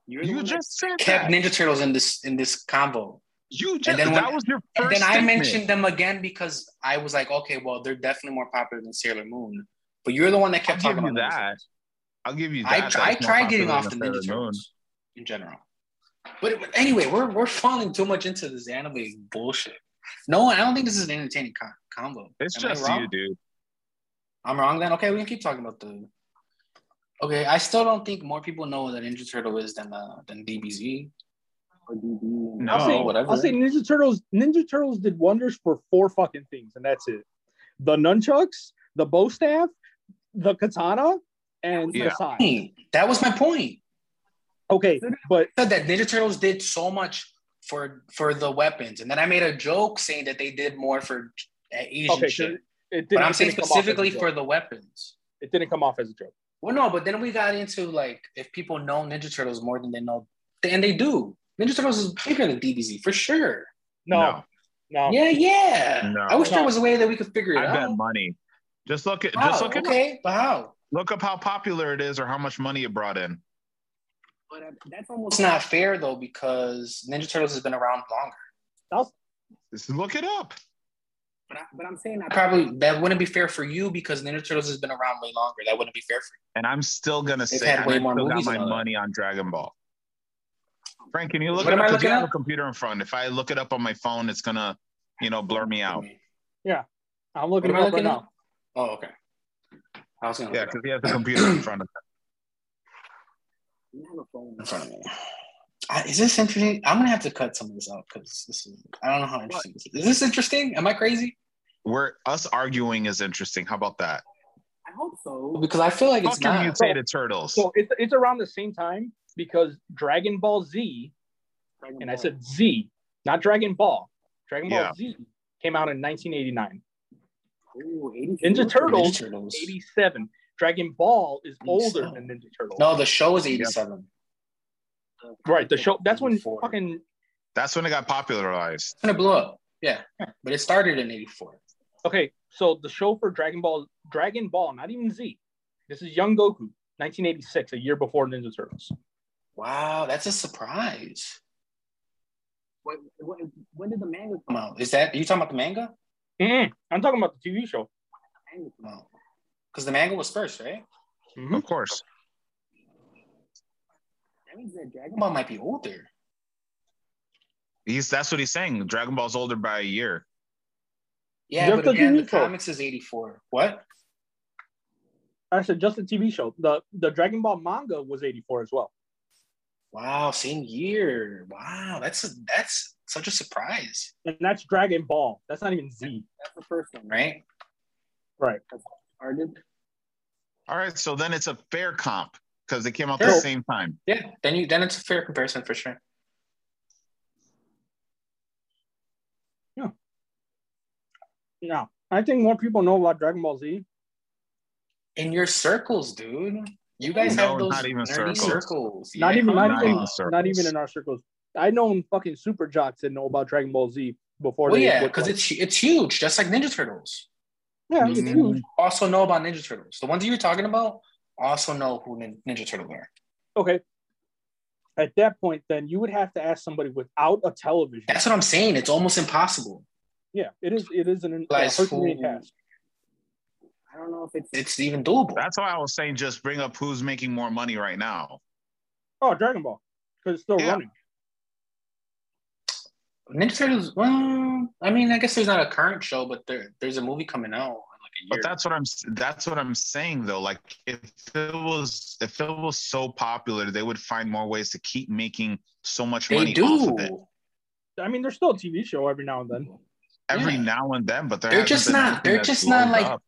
Speaker 4: You're the
Speaker 3: You
Speaker 4: one
Speaker 3: just said
Speaker 1: Kept
Speaker 3: that.
Speaker 1: Ninja Turtles in this in this convo.
Speaker 3: You just
Speaker 1: And then when-
Speaker 3: that was your first.
Speaker 1: And then I
Speaker 3: statement.
Speaker 1: mentioned them again because I was like, okay, well, they're definitely more popular than Sailor Moon. But you're the one that kept
Speaker 3: I'll
Speaker 1: talking
Speaker 3: give you
Speaker 1: about Ninja
Speaker 3: that.
Speaker 1: Turtles.
Speaker 3: I'll give you
Speaker 1: I,
Speaker 3: that.
Speaker 1: try, I
Speaker 3: That was more
Speaker 1: tried getting
Speaker 3: popular
Speaker 1: off the
Speaker 3: than
Speaker 1: Ninja
Speaker 3: Sailor Moon.
Speaker 1: Turtles in general. But but anyway, we're, we're falling too much into this anime bullshit. No, I don't think this is an entertaining con- combo.
Speaker 3: It's
Speaker 1: Am I
Speaker 3: just
Speaker 1: wrong?
Speaker 3: you, dude.
Speaker 1: I'm wrong then. Okay, we can keep talking about the. Okay, I still don't think more people know what a Ninja Turtle is than uh, than DBZ.
Speaker 4: for DB. and-
Speaker 3: No.
Speaker 2: I'll say,
Speaker 1: oh, whatever.
Speaker 2: I'll say Ninja Turtles. Ninja Turtles did wonders for four fucking things, and that's it: the nunchucks, the bow staff, the katana, and the
Speaker 3: Yeah.
Speaker 2: sai.
Speaker 1: Hey, that was my point.
Speaker 2: Okay, but
Speaker 1: I said that Ninja Turtles did so much for for the weapons, and then I made a joke saying that they did more for uh, Asian
Speaker 2: okay, so
Speaker 1: shit.
Speaker 2: it didn't.
Speaker 1: But I'm
Speaker 2: it
Speaker 1: saying
Speaker 2: didn't come off as a
Speaker 1: specifically
Speaker 2: joke.
Speaker 1: for the weapons.
Speaker 2: it didn't come off as a joke.
Speaker 1: Well, no, but then we got into like if people know Ninja Turtles more than they know, and they do. Ninja Turtles is bigger than DBZ for sure.
Speaker 2: No, no,
Speaker 1: Yeah, yeah.
Speaker 3: No.
Speaker 1: I wish there
Speaker 2: No.
Speaker 1: was a way that we could figure it
Speaker 3: I
Speaker 1: out.
Speaker 3: bet money. Just look at
Speaker 1: How?
Speaker 3: just look at
Speaker 1: okay, but how?
Speaker 3: look up how popular it is or how much money it brought in.
Speaker 4: But uh, that's
Speaker 1: It's
Speaker 4: almost
Speaker 1: not fair though because Ninja Turtles has been around longer.
Speaker 3: Just look it up.
Speaker 4: But, I, but I'm saying I
Speaker 1: Probably that wouldn't be fair for you because Ninja Turtles has been around way longer. That wouldn't be fair for
Speaker 3: And I'm still gonna
Speaker 1: They've
Speaker 3: say
Speaker 1: had
Speaker 3: I
Speaker 1: way
Speaker 3: still
Speaker 1: more
Speaker 3: got
Speaker 1: movies
Speaker 3: my
Speaker 1: and all that.
Speaker 3: money on Dragon Ball. Frank, can you look
Speaker 1: What
Speaker 3: it
Speaker 1: am I
Speaker 3: up? 'Cause you
Speaker 1: looking
Speaker 3: have a
Speaker 1: up?
Speaker 3: computer in front. If I look it up on my phone, it's gonna, you know, blur me out.
Speaker 1: you.
Speaker 2: I'm looking
Speaker 1: What am
Speaker 2: it
Speaker 1: I
Speaker 2: up right
Speaker 1: looking
Speaker 2: now.
Speaker 1: up? Oh, okay. I was gonna
Speaker 3: Yeah,
Speaker 1: look
Speaker 3: because he has a computer in front of him.
Speaker 4: don't have a phone.
Speaker 1: it up in front of me. I, is this interesting? I'm gonna have to cut some of this out because this is I don't know how interesting this is. Is this interesting? Am I crazy?
Speaker 3: We're us arguing is interesting. How about that?
Speaker 4: I hope so.
Speaker 1: Because I feel like it's
Speaker 3: Fuck your
Speaker 1: not.
Speaker 3: mutated turtles.
Speaker 2: So it's it's around the same time because Dragon Ball Z,
Speaker 4: Dragon
Speaker 2: and I
Speaker 4: Ball.
Speaker 2: said Z, not Dragon Ball. Dragon Ball
Speaker 3: Yeah.
Speaker 2: Z came out in 1989.
Speaker 4: Ooh, 82?
Speaker 2: Ninja Turtles.
Speaker 1: Ninja Turtles.
Speaker 2: 87. Dragon Ball is older than Ninja Turtles.
Speaker 1: No, the show is 87.
Speaker 2: Right, the show. That's when
Speaker 1: 84.
Speaker 2: fucking
Speaker 3: That's when it got popularized.
Speaker 1: It's gonna blow up. Yeah, but it started in '84.
Speaker 2: okay. So the show for Dragon Ball, Dragon Ball, not even Z. This is Young Goku, 1986, a year before Ninja Turtles.
Speaker 1: Wow, that's a surprise.
Speaker 4: What, what, when did the manga come
Speaker 1: Come
Speaker 4: out?
Speaker 1: on, is that are you talking about the manga?
Speaker 2: Mm-mm. Mm-hmm. I'm talking about the TV show.
Speaker 4: The manga come out.
Speaker 1: No, because the manga was first, right?
Speaker 2: Mhm.
Speaker 1: Mm-hmm.
Speaker 3: Of course.
Speaker 4: That means that Dragon
Speaker 1: Dragon Ball might be older.
Speaker 3: He's that's what he's saying. Dragon Ball's older by a year.
Speaker 1: Yeah,
Speaker 2: Just
Speaker 1: but
Speaker 2: the
Speaker 1: again, the
Speaker 2: TV show.
Speaker 1: comics is '84. What?
Speaker 2: I said just the TV show. The the Dragon Ball manga was 84 as well.
Speaker 1: Wow, same year. Wow, that's a, that's such a surprise,
Speaker 2: And that's Dragon Ball. That's not even Z.
Speaker 4: that's the first one, right?
Speaker 1: right?
Speaker 4: Started.
Speaker 3: All right, so then it's a fair comp because they came out
Speaker 1: Sure.
Speaker 3: the same time.
Speaker 1: Yeah. Then you then it's a fair comparison for sure.
Speaker 2: No. I think more people know about Dragon Ball Z
Speaker 1: in your circles, dude. You guys
Speaker 3: No,
Speaker 1: have those
Speaker 3: not even
Speaker 1: nerdy
Speaker 3: circles.
Speaker 1: circles.
Speaker 2: Not even, not,
Speaker 3: Not
Speaker 2: even,
Speaker 3: even circles.
Speaker 2: not even in our circles. I know fucking super jocks that know about Dragon Ball Z before.
Speaker 1: Well,
Speaker 2: they
Speaker 1: yeah,
Speaker 2: looked
Speaker 1: because
Speaker 2: like-
Speaker 1: it's it's huge, just like Ninja Turtles.
Speaker 2: yeah, it's
Speaker 1: Mhm.
Speaker 2: huge.
Speaker 1: Also know about Ninja Turtles. The ones you're talking about also know who Nin- Ninja Turtles are.
Speaker 2: Okay. At that point, then you would have to ask somebody without a television.
Speaker 1: That's what I'm saying. It's almost impossible.
Speaker 2: yeah, it is. It is an
Speaker 1: Like,
Speaker 2: a Herculean
Speaker 1: who-
Speaker 2: task.
Speaker 4: I don't know if it's.
Speaker 1: It's even doable.
Speaker 3: That's why I was saying just bring up who's making more money right now.
Speaker 2: Oh, Dragon Ball, because it's still
Speaker 3: Yeah.
Speaker 2: running.
Speaker 1: Ninja Turtles. Well, I mean, I guess there's not a current show, but there there's a movie coming out in like a year.
Speaker 3: But that's what I'm that's what I'm saying though. Like if it was if it was so popular, they would find more ways to keep making so much
Speaker 1: they
Speaker 3: money
Speaker 1: do.
Speaker 3: off of it
Speaker 2: I mean, there's still a TV show every now and then.
Speaker 3: every
Speaker 1: Yeah.
Speaker 3: now and then. But there
Speaker 1: They're
Speaker 3: hasn't
Speaker 1: just
Speaker 3: been
Speaker 1: not-
Speaker 3: anything
Speaker 1: they're
Speaker 3: that's
Speaker 1: just not,
Speaker 3: blown
Speaker 1: like,
Speaker 3: up.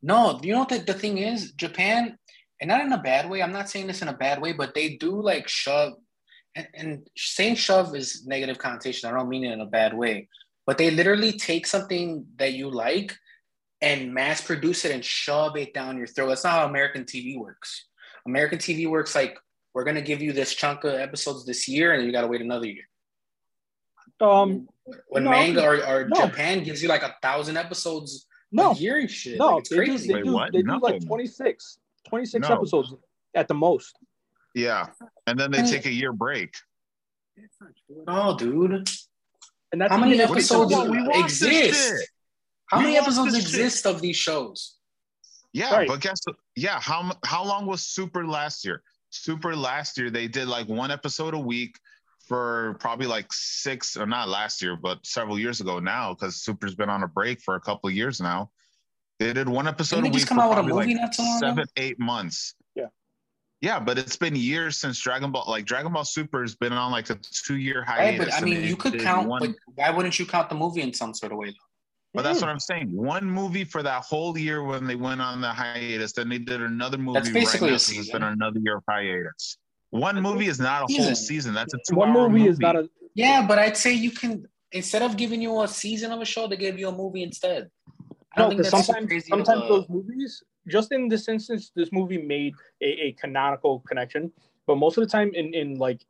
Speaker 1: No, you know what the, the thing is? Japan, and not in a bad way, I'm not saying this in a bad way, but they do like shove, and, and saying shove is negative connotation. I don't mean it in a bad way, but they literally take something that you like and mass produce it and shove it down your throat. That's not how American TV works. American TV works like, we're going to give you this chunk of episodes this year, and you got to wait another year.
Speaker 2: Um,
Speaker 1: When
Speaker 2: No,
Speaker 1: manga or, or
Speaker 2: no.
Speaker 1: Japan gives you like a thousand episodes
Speaker 2: no,
Speaker 1: a year and shit.
Speaker 2: no,
Speaker 1: like, it's
Speaker 2: they do,
Speaker 1: crazy.
Speaker 2: they
Speaker 3: Wait,
Speaker 2: do,
Speaker 3: what?
Speaker 2: they do like
Speaker 3: Nothing.
Speaker 2: 26, 26
Speaker 3: No.
Speaker 2: episodes at the most.
Speaker 3: Yeah, and then they take a year break.
Speaker 4: That's not true. at all.
Speaker 1: No, Oh, dude.
Speaker 2: And that's
Speaker 1: How many
Speaker 2: what they-
Speaker 1: episodes
Speaker 3: What do you- we watch this
Speaker 1: exist?
Speaker 3: shit.
Speaker 1: How
Speaker 3: We
Speaker 1: many
Speaker 3: watch
Speaker 1: episodes
Speaker 3: this shit.
Speaker 1: exist of these shows?
Speaker 3: Yeah,
Speaker 2: Right.
Speaker 3: but guess yeah, how mu- how long was Super last year? Super last year they did like one episode a week for probably like six or not last year, but several years ago now because Super's been on a break for a couple of years now. They did one episode
Speaker 1: Didn't they
Speaker 3: a week
Speaker 1: just come
Speaker 3: for
Speaker 1: out with a
Speaker 3: probably,
Speaker 1: movie
Speaker 3: like
Speaker 1: not too long ago?
Speaker 3: seven, eight months.
Speaker 2: Yeah.
Speaker 3: Yeah, but it's been years since Dragon Ball, like Dragon Ball Super has been on like a two year
Speaker 1: Right,
Speaker 3: hiatus.
Speaker 1: but I
Speaker 3: and
Speaker 1: mean,
Speaker 3: they
Speaker 1: you could
Speaker 3: did
Speaker 1: count.
Speaker 3: one-
Speaker 1: But why wouldn't you count the movie in some sort of way?
Speaker 3: but
Speaker 2: Mm.
Speaker 3: that's what I'm saying. One movie for that whole year when they went on the hiatus, then they did another movie.
Speaker 1: basically a
Speaker 3: right now, 'cause It's
Speaker 1: season.
Speaker 3: been another year of hiatus. One movie is not a
Speaker 1: Season.
Speaker 3: whole season. That's a two-hour
Speaker 2: one movie, is not a.
Speaker 1: Yeah, but I'd say you can instead of giving you a season of a show, they give you a movie instead. I
Speaker 2: No,
Speaker 1: don't think
Speaker 2: because
Speaker 1: that's too
Speaker 2: sometimes,
Speaker 1: crazy. of
Speaker 2: sometimes
Speaker 1: a-
Speaker 2: those movies, just in this instance, this movie made a, a canonical connection. But most of the time, in, in like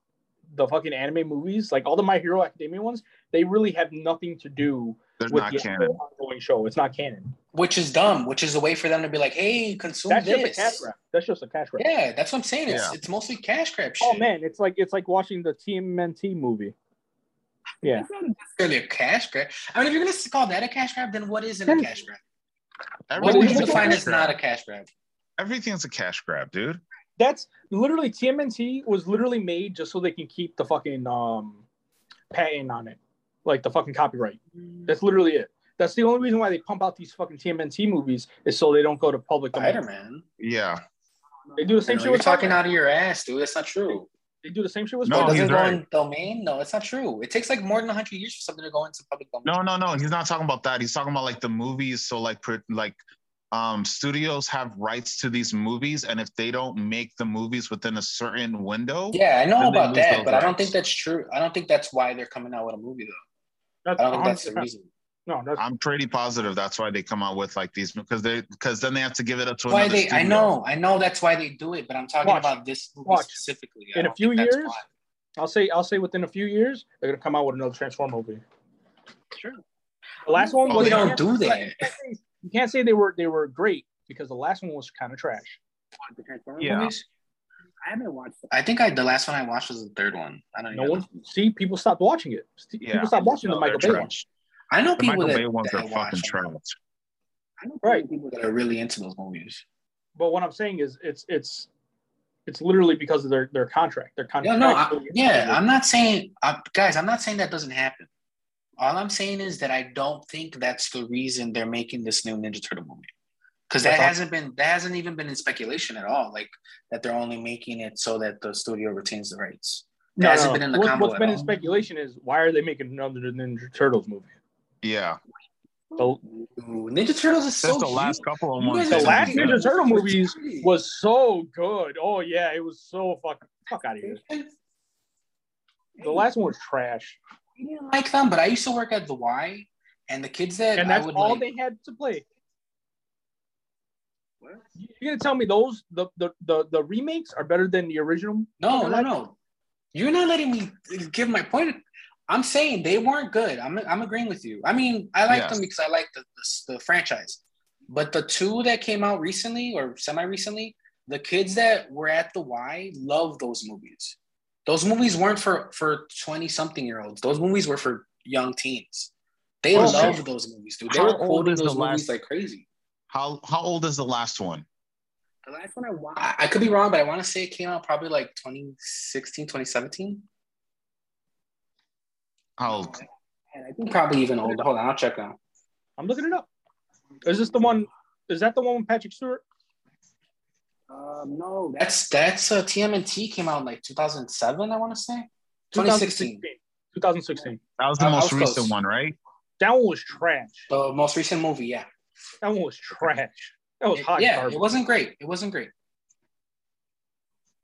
Speaker 2: the fucking anime movies, like all the My Hero Academia ones, they really have nothing to do
Speaker 3: They're
Speaker 2: with
Speaker 3: not
Speaker 2: the
Speaker 3: canon.
Speaker 2: ongoing show. It's not canon.
Speaker 1: which is dumb. Which is a way for them to be like, "Hey, consume
Speaker 2: That's just a
Speaker 1: this."
Speaker 2: cash grab. That's just a cash grab.
Speaker 1: Yeah, that's what I'm saying. It's
Speaker 3: Yeah.
Speaker 1: it's mostly cash grab shit.
Speaker 2: Oh man, it's like it's like watching the TMNT movie. Yeah,
Speaker 4: It's not
Speaker 1: really a cash grab. I mean, if you're gonna call that a cash grab, then what isn't a
Speaker 2: Yes.
Speaker 1: cash grab? What would
Speaker 3: Everything's
Speaker 1: you
Speaker 2: is
Speaker 3: a
Speaker 2: a
Speaker 1: define
Speaker 3: cash
Speaker 1: as
Speaker 3: grab.
Speaker 1: not a cash grab?
Speaker 3: Everything's a cash grab, dude.
Speaker 2: that's literally TMNT was literally made just so they can keep the fucking um patent on it, like the fucking copyright. That's literally it. That's the only reason why they pump out these fucking TMNT movies is so they don't go to public
Speaker 1: Spider
Speaker 2: domain.
Speaker 1: Man.
Speaker 3: Yeah.
Speaker 2: They do the
Speaker 1: You
Speaker 2: same
Speaker 1: know,
Speaker 2: shit
Speaker 1: you're
Speaker 2: with
Speaker 1: talking
Speaker 2: talking
Speaker 1: out of your ass, dude. That's not true.
Speaker 2: They do the same shit with
Speaker 3: No,
Speaker 1: it
Speaker 2: Spider-Man.
Speaker 1: doesn't
Speaker 3: he's
Speaker 1: go
Speaker 3: right.
Speaker 1: in domain. No, it's not true. It takes like more than 100 years for something to go into public domain.
Speaker 3: No, no, no. He's not talking about that. He's talking about like the movies. So like, pr- like, um, studios have rights to these movies, and if they don't make the movies within a certain window,
Speaker 1: Yeah, I know
Speaker 3: Then they
Speaker 1: about
Speaker 3: lose
Speaker 1: that,
Speaker 3: those
Speaker 1: but I don't
Speaker 3: rights.
Speaker 1: think that's true. I don't think that's why they're coming out with a movie though.
Speaker 2: That's
Speaker 1: I don't think that's the
Speaker 2: 100%.
Speaker 1: reason.
Speaker 2: No, that's
Speaker 3: I'm pretty positive that's why they come out with like these because they because then they have to give it up to
Speaker 1: Why
Speaker 3: another
Speaker 1: they? I
Speaker 3: studio.
Speaker 1: know, I know that's why they do it, but I'm talking
Speaker 2: Watch.
Speaker 1: about this movie
Speaker 2: Watch.
Speaker 1: specifically. I
Speaker 2: In a
Speaker 1: don't
Speaker 2: few
Speaker 1: think that's
Speaker 2: years,
Speaker 1: why.
Speaker 2: I'll say I'll say within a few years they're gonna come out with another Transform movie.
Speaker 4: Sure.
Speaker 2: The last one
Speaker 3: Oh,
Speaker 2: was
Speaker 3: they
Speaker 1: don't do that.
Speaker 2: You can't, say, you can't say they were they were great because the last one was kind of trash.
Speaker 4: Watch the Transformers
Speaker 3: Yeah.
Speaker 4: movies? I haven't watched them.
Speaker 1: I think I the last one I watched was the third one. I don't
Speaker 2: No
Speaker 1: know.
Speaker 2: one see people stopped watching it. See,
Speaker 3: Yeah.
Speaker 2: People stopped watching the
Speaker 3: No,
Speaker 2: Michael Bay
Speaker 3: they're
Speaker 2: one.
Speaker 3: trash.
Speaker 1: I know
Speaker 3: The
Speaker 1: people
Speaker 3: Michael
Speaker 1: that,
Speaker 3: Bay ones
Speaker 1: that
Speaker 3: are fucking
Speaker 1: watch them
Speaker 3: trash.
Speaker 4: I don't
Speaker 2: Right.
Speaker 4: think people
Speaker 1: that are really into those movies.
Speaker 2: But what I'm saying is it's it's it's literally because of their their contract. Their
Speaker 1: No,
Speaker 2: contract.
Speaker 1: no, I, yeah, I'm not saying, I, guys, I'm not saying that doesn't happen. All I'm saying is that I don't think that's the reason they're making this new Ninja Turtle movie, because that
Speaker 2: That's all.
Speaker 1: hasn't been that hasn't even been in speculation at all. Like that they're only making it so that the studio retains the rights. That
Speaker 2: no,
Speaker 1: hasn't
Speaker 2: no,
Speaker 1: been in the
Speaker 2: what,
Speaker 1: combo
Speaker 2: what's
Speaker 1: at
Speaker 2: been in
Speaker 1: all.
Speaker 2: speculation is why are they making another Ninja Turtles movie?
Speaker 3: Yeah,
Speaker 2: The,
Speaker 1: Ooh, Ninja Turtles is
Speaker 3: since
Speaker 1: so
Speaker 3: the
Speaker 1: huge.
Speaker 3: last couple of
Speaker 1: You
Speaker 3: ones.
Speaker 1: guys
Speaker 2: the
Speaker 3: they've
Speaker 1: are
Speaker 3: been
Speaker 2: last
Speaker 3: good.
Speaker 1: fucking
Speaker 2: Ninja Turtle movies
Speaker 1: retarded.
Speaker 2: was so good. Oh yeah, it was so fucking fuck out of here. The last one was trash.
Speaker 1: I didn't like them, but I used to work at the Y, and the kids that
Speaker 2: and
Speaker 1: I
Speaker 2: that's
Speaker 1: would
Speaker 2: all
Speaker 1: like,
Speaker 2: they had to play.
Speaker 4: What?
Speaker 2: You're gonna tell me those the the the, the remakes are better than the original?
Speaker 1: No,
Speaker 2: They're
Speaker 1: no,
Speaker 2: like-
Speaker 1: no. You're not letting me give my point. I'm saying they weren't good. I'm, I'm agreeing with you. I mean, I like
Speaker 3: Yes.
Speaker 1: them because I like the, the, the franchise. But the two that came out recently or semi recently, the kids that were at the Y love those movies. Those movies weren't for for 20 something year olds. Those movies were for young teens. They
Speaker 3: Oh,
Speaker 1: love
Speaker 3: shit.
Speaker 1: those movies, dude. They
Speaker 3: How
Speaker 1: were
Speaker 3: old
Speaker 1: quoting
Speaker 3: is the
Speaker 1: those movies
Speaker 3: last-
Speaker 1: like crazy.
Speaker 3: How how old is the last one?
Speaker 4: The last one I watched.
Speaker 1: I, I could be wrong, but I want to say it came out probably like 2016, 2017.
Speaker 3: How old?
Speaker 4: And I think
Speaker 1: Probably even older. Hold on, I'll check now.
Speaker 2: I'm looking it up. Is this the one? Is that the one with Patrick Stewart?
Speaker 4: um, no, that's
Speaker 1: That's that's uh, TMNT came out in like 2007, I want to say. 2016.
Speaker 2: 2016.
Speaker 3: That was the
Speaker 1: I- I
Speaker 3: most
Speaker 1: was
Speaker 3: recent
Speaker 1: close.
Speaker 3: one, right?
Speaker 2: That one was trash.
Speaker 1: The most recent movie, yeah.
Speaker 2: That one was trash. That was hot
Speaker 1: yeah,
Speaker 2: garbage.
Speaker 1: it wasn't great. It wasn't great.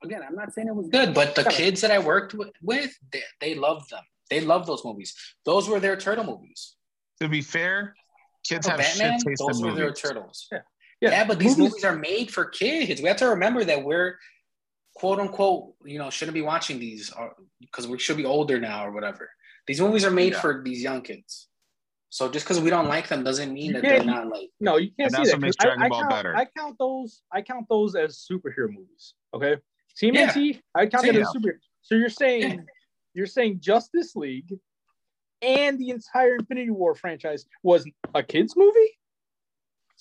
Speaker 4: again. I'm not saying it was good.
Speaker 1: Good, but the
Speaker 2: Yeah.
Speaker 1: kids that I worked with, with they, they loved them. They loved those movies. Those were their turtle movies.
Speaker 3: To be fair, kids
Speaker 1: For
Speaker 3: have
Speaker 1: Oh, Batman,
Speaker 3: shit taste
Speaker 1: those
Speaker 3: in
Speaker 1: were their
Speaker 3: movies.
Speaker 1: turtles.
Speaker 2: Yeah.
Speaker 1: Yeah, but these movies are made for kids. We have to remember that we're quote unquote, you know, shouldn't be watching these because we should be older now or whatever. These movies are made
Speaker 3: Yeah.
Speaker 1: for these young kids. So just because we don't like them doesn't mean
Speaker 2: You
Speaker 1: that
Speaker 2: can't-
Speaker 1: they're not like
Speaker 2: No, you can't
Speaker 3: And
Speaker 2: see
Speaker 3: that's
Speaker 2: that.
Speaker 3: what makes
Speaker 2: 'cause I-
Speaker 3: Dragon
Speaker 2: I,
Speaker 3: Ball
Speaker 2: count,
Speaker 3: better.
Speaker 2: I count those. I count those as superhero movies. Okay, TMNT. I count that
Speaker 1: Yeah.
Speaker 2: as super. So you're saying,
Speaker 1: Yeah.
Speaker 2: you're saying Justice League, and the entire Infinity War franchise was a kids movie.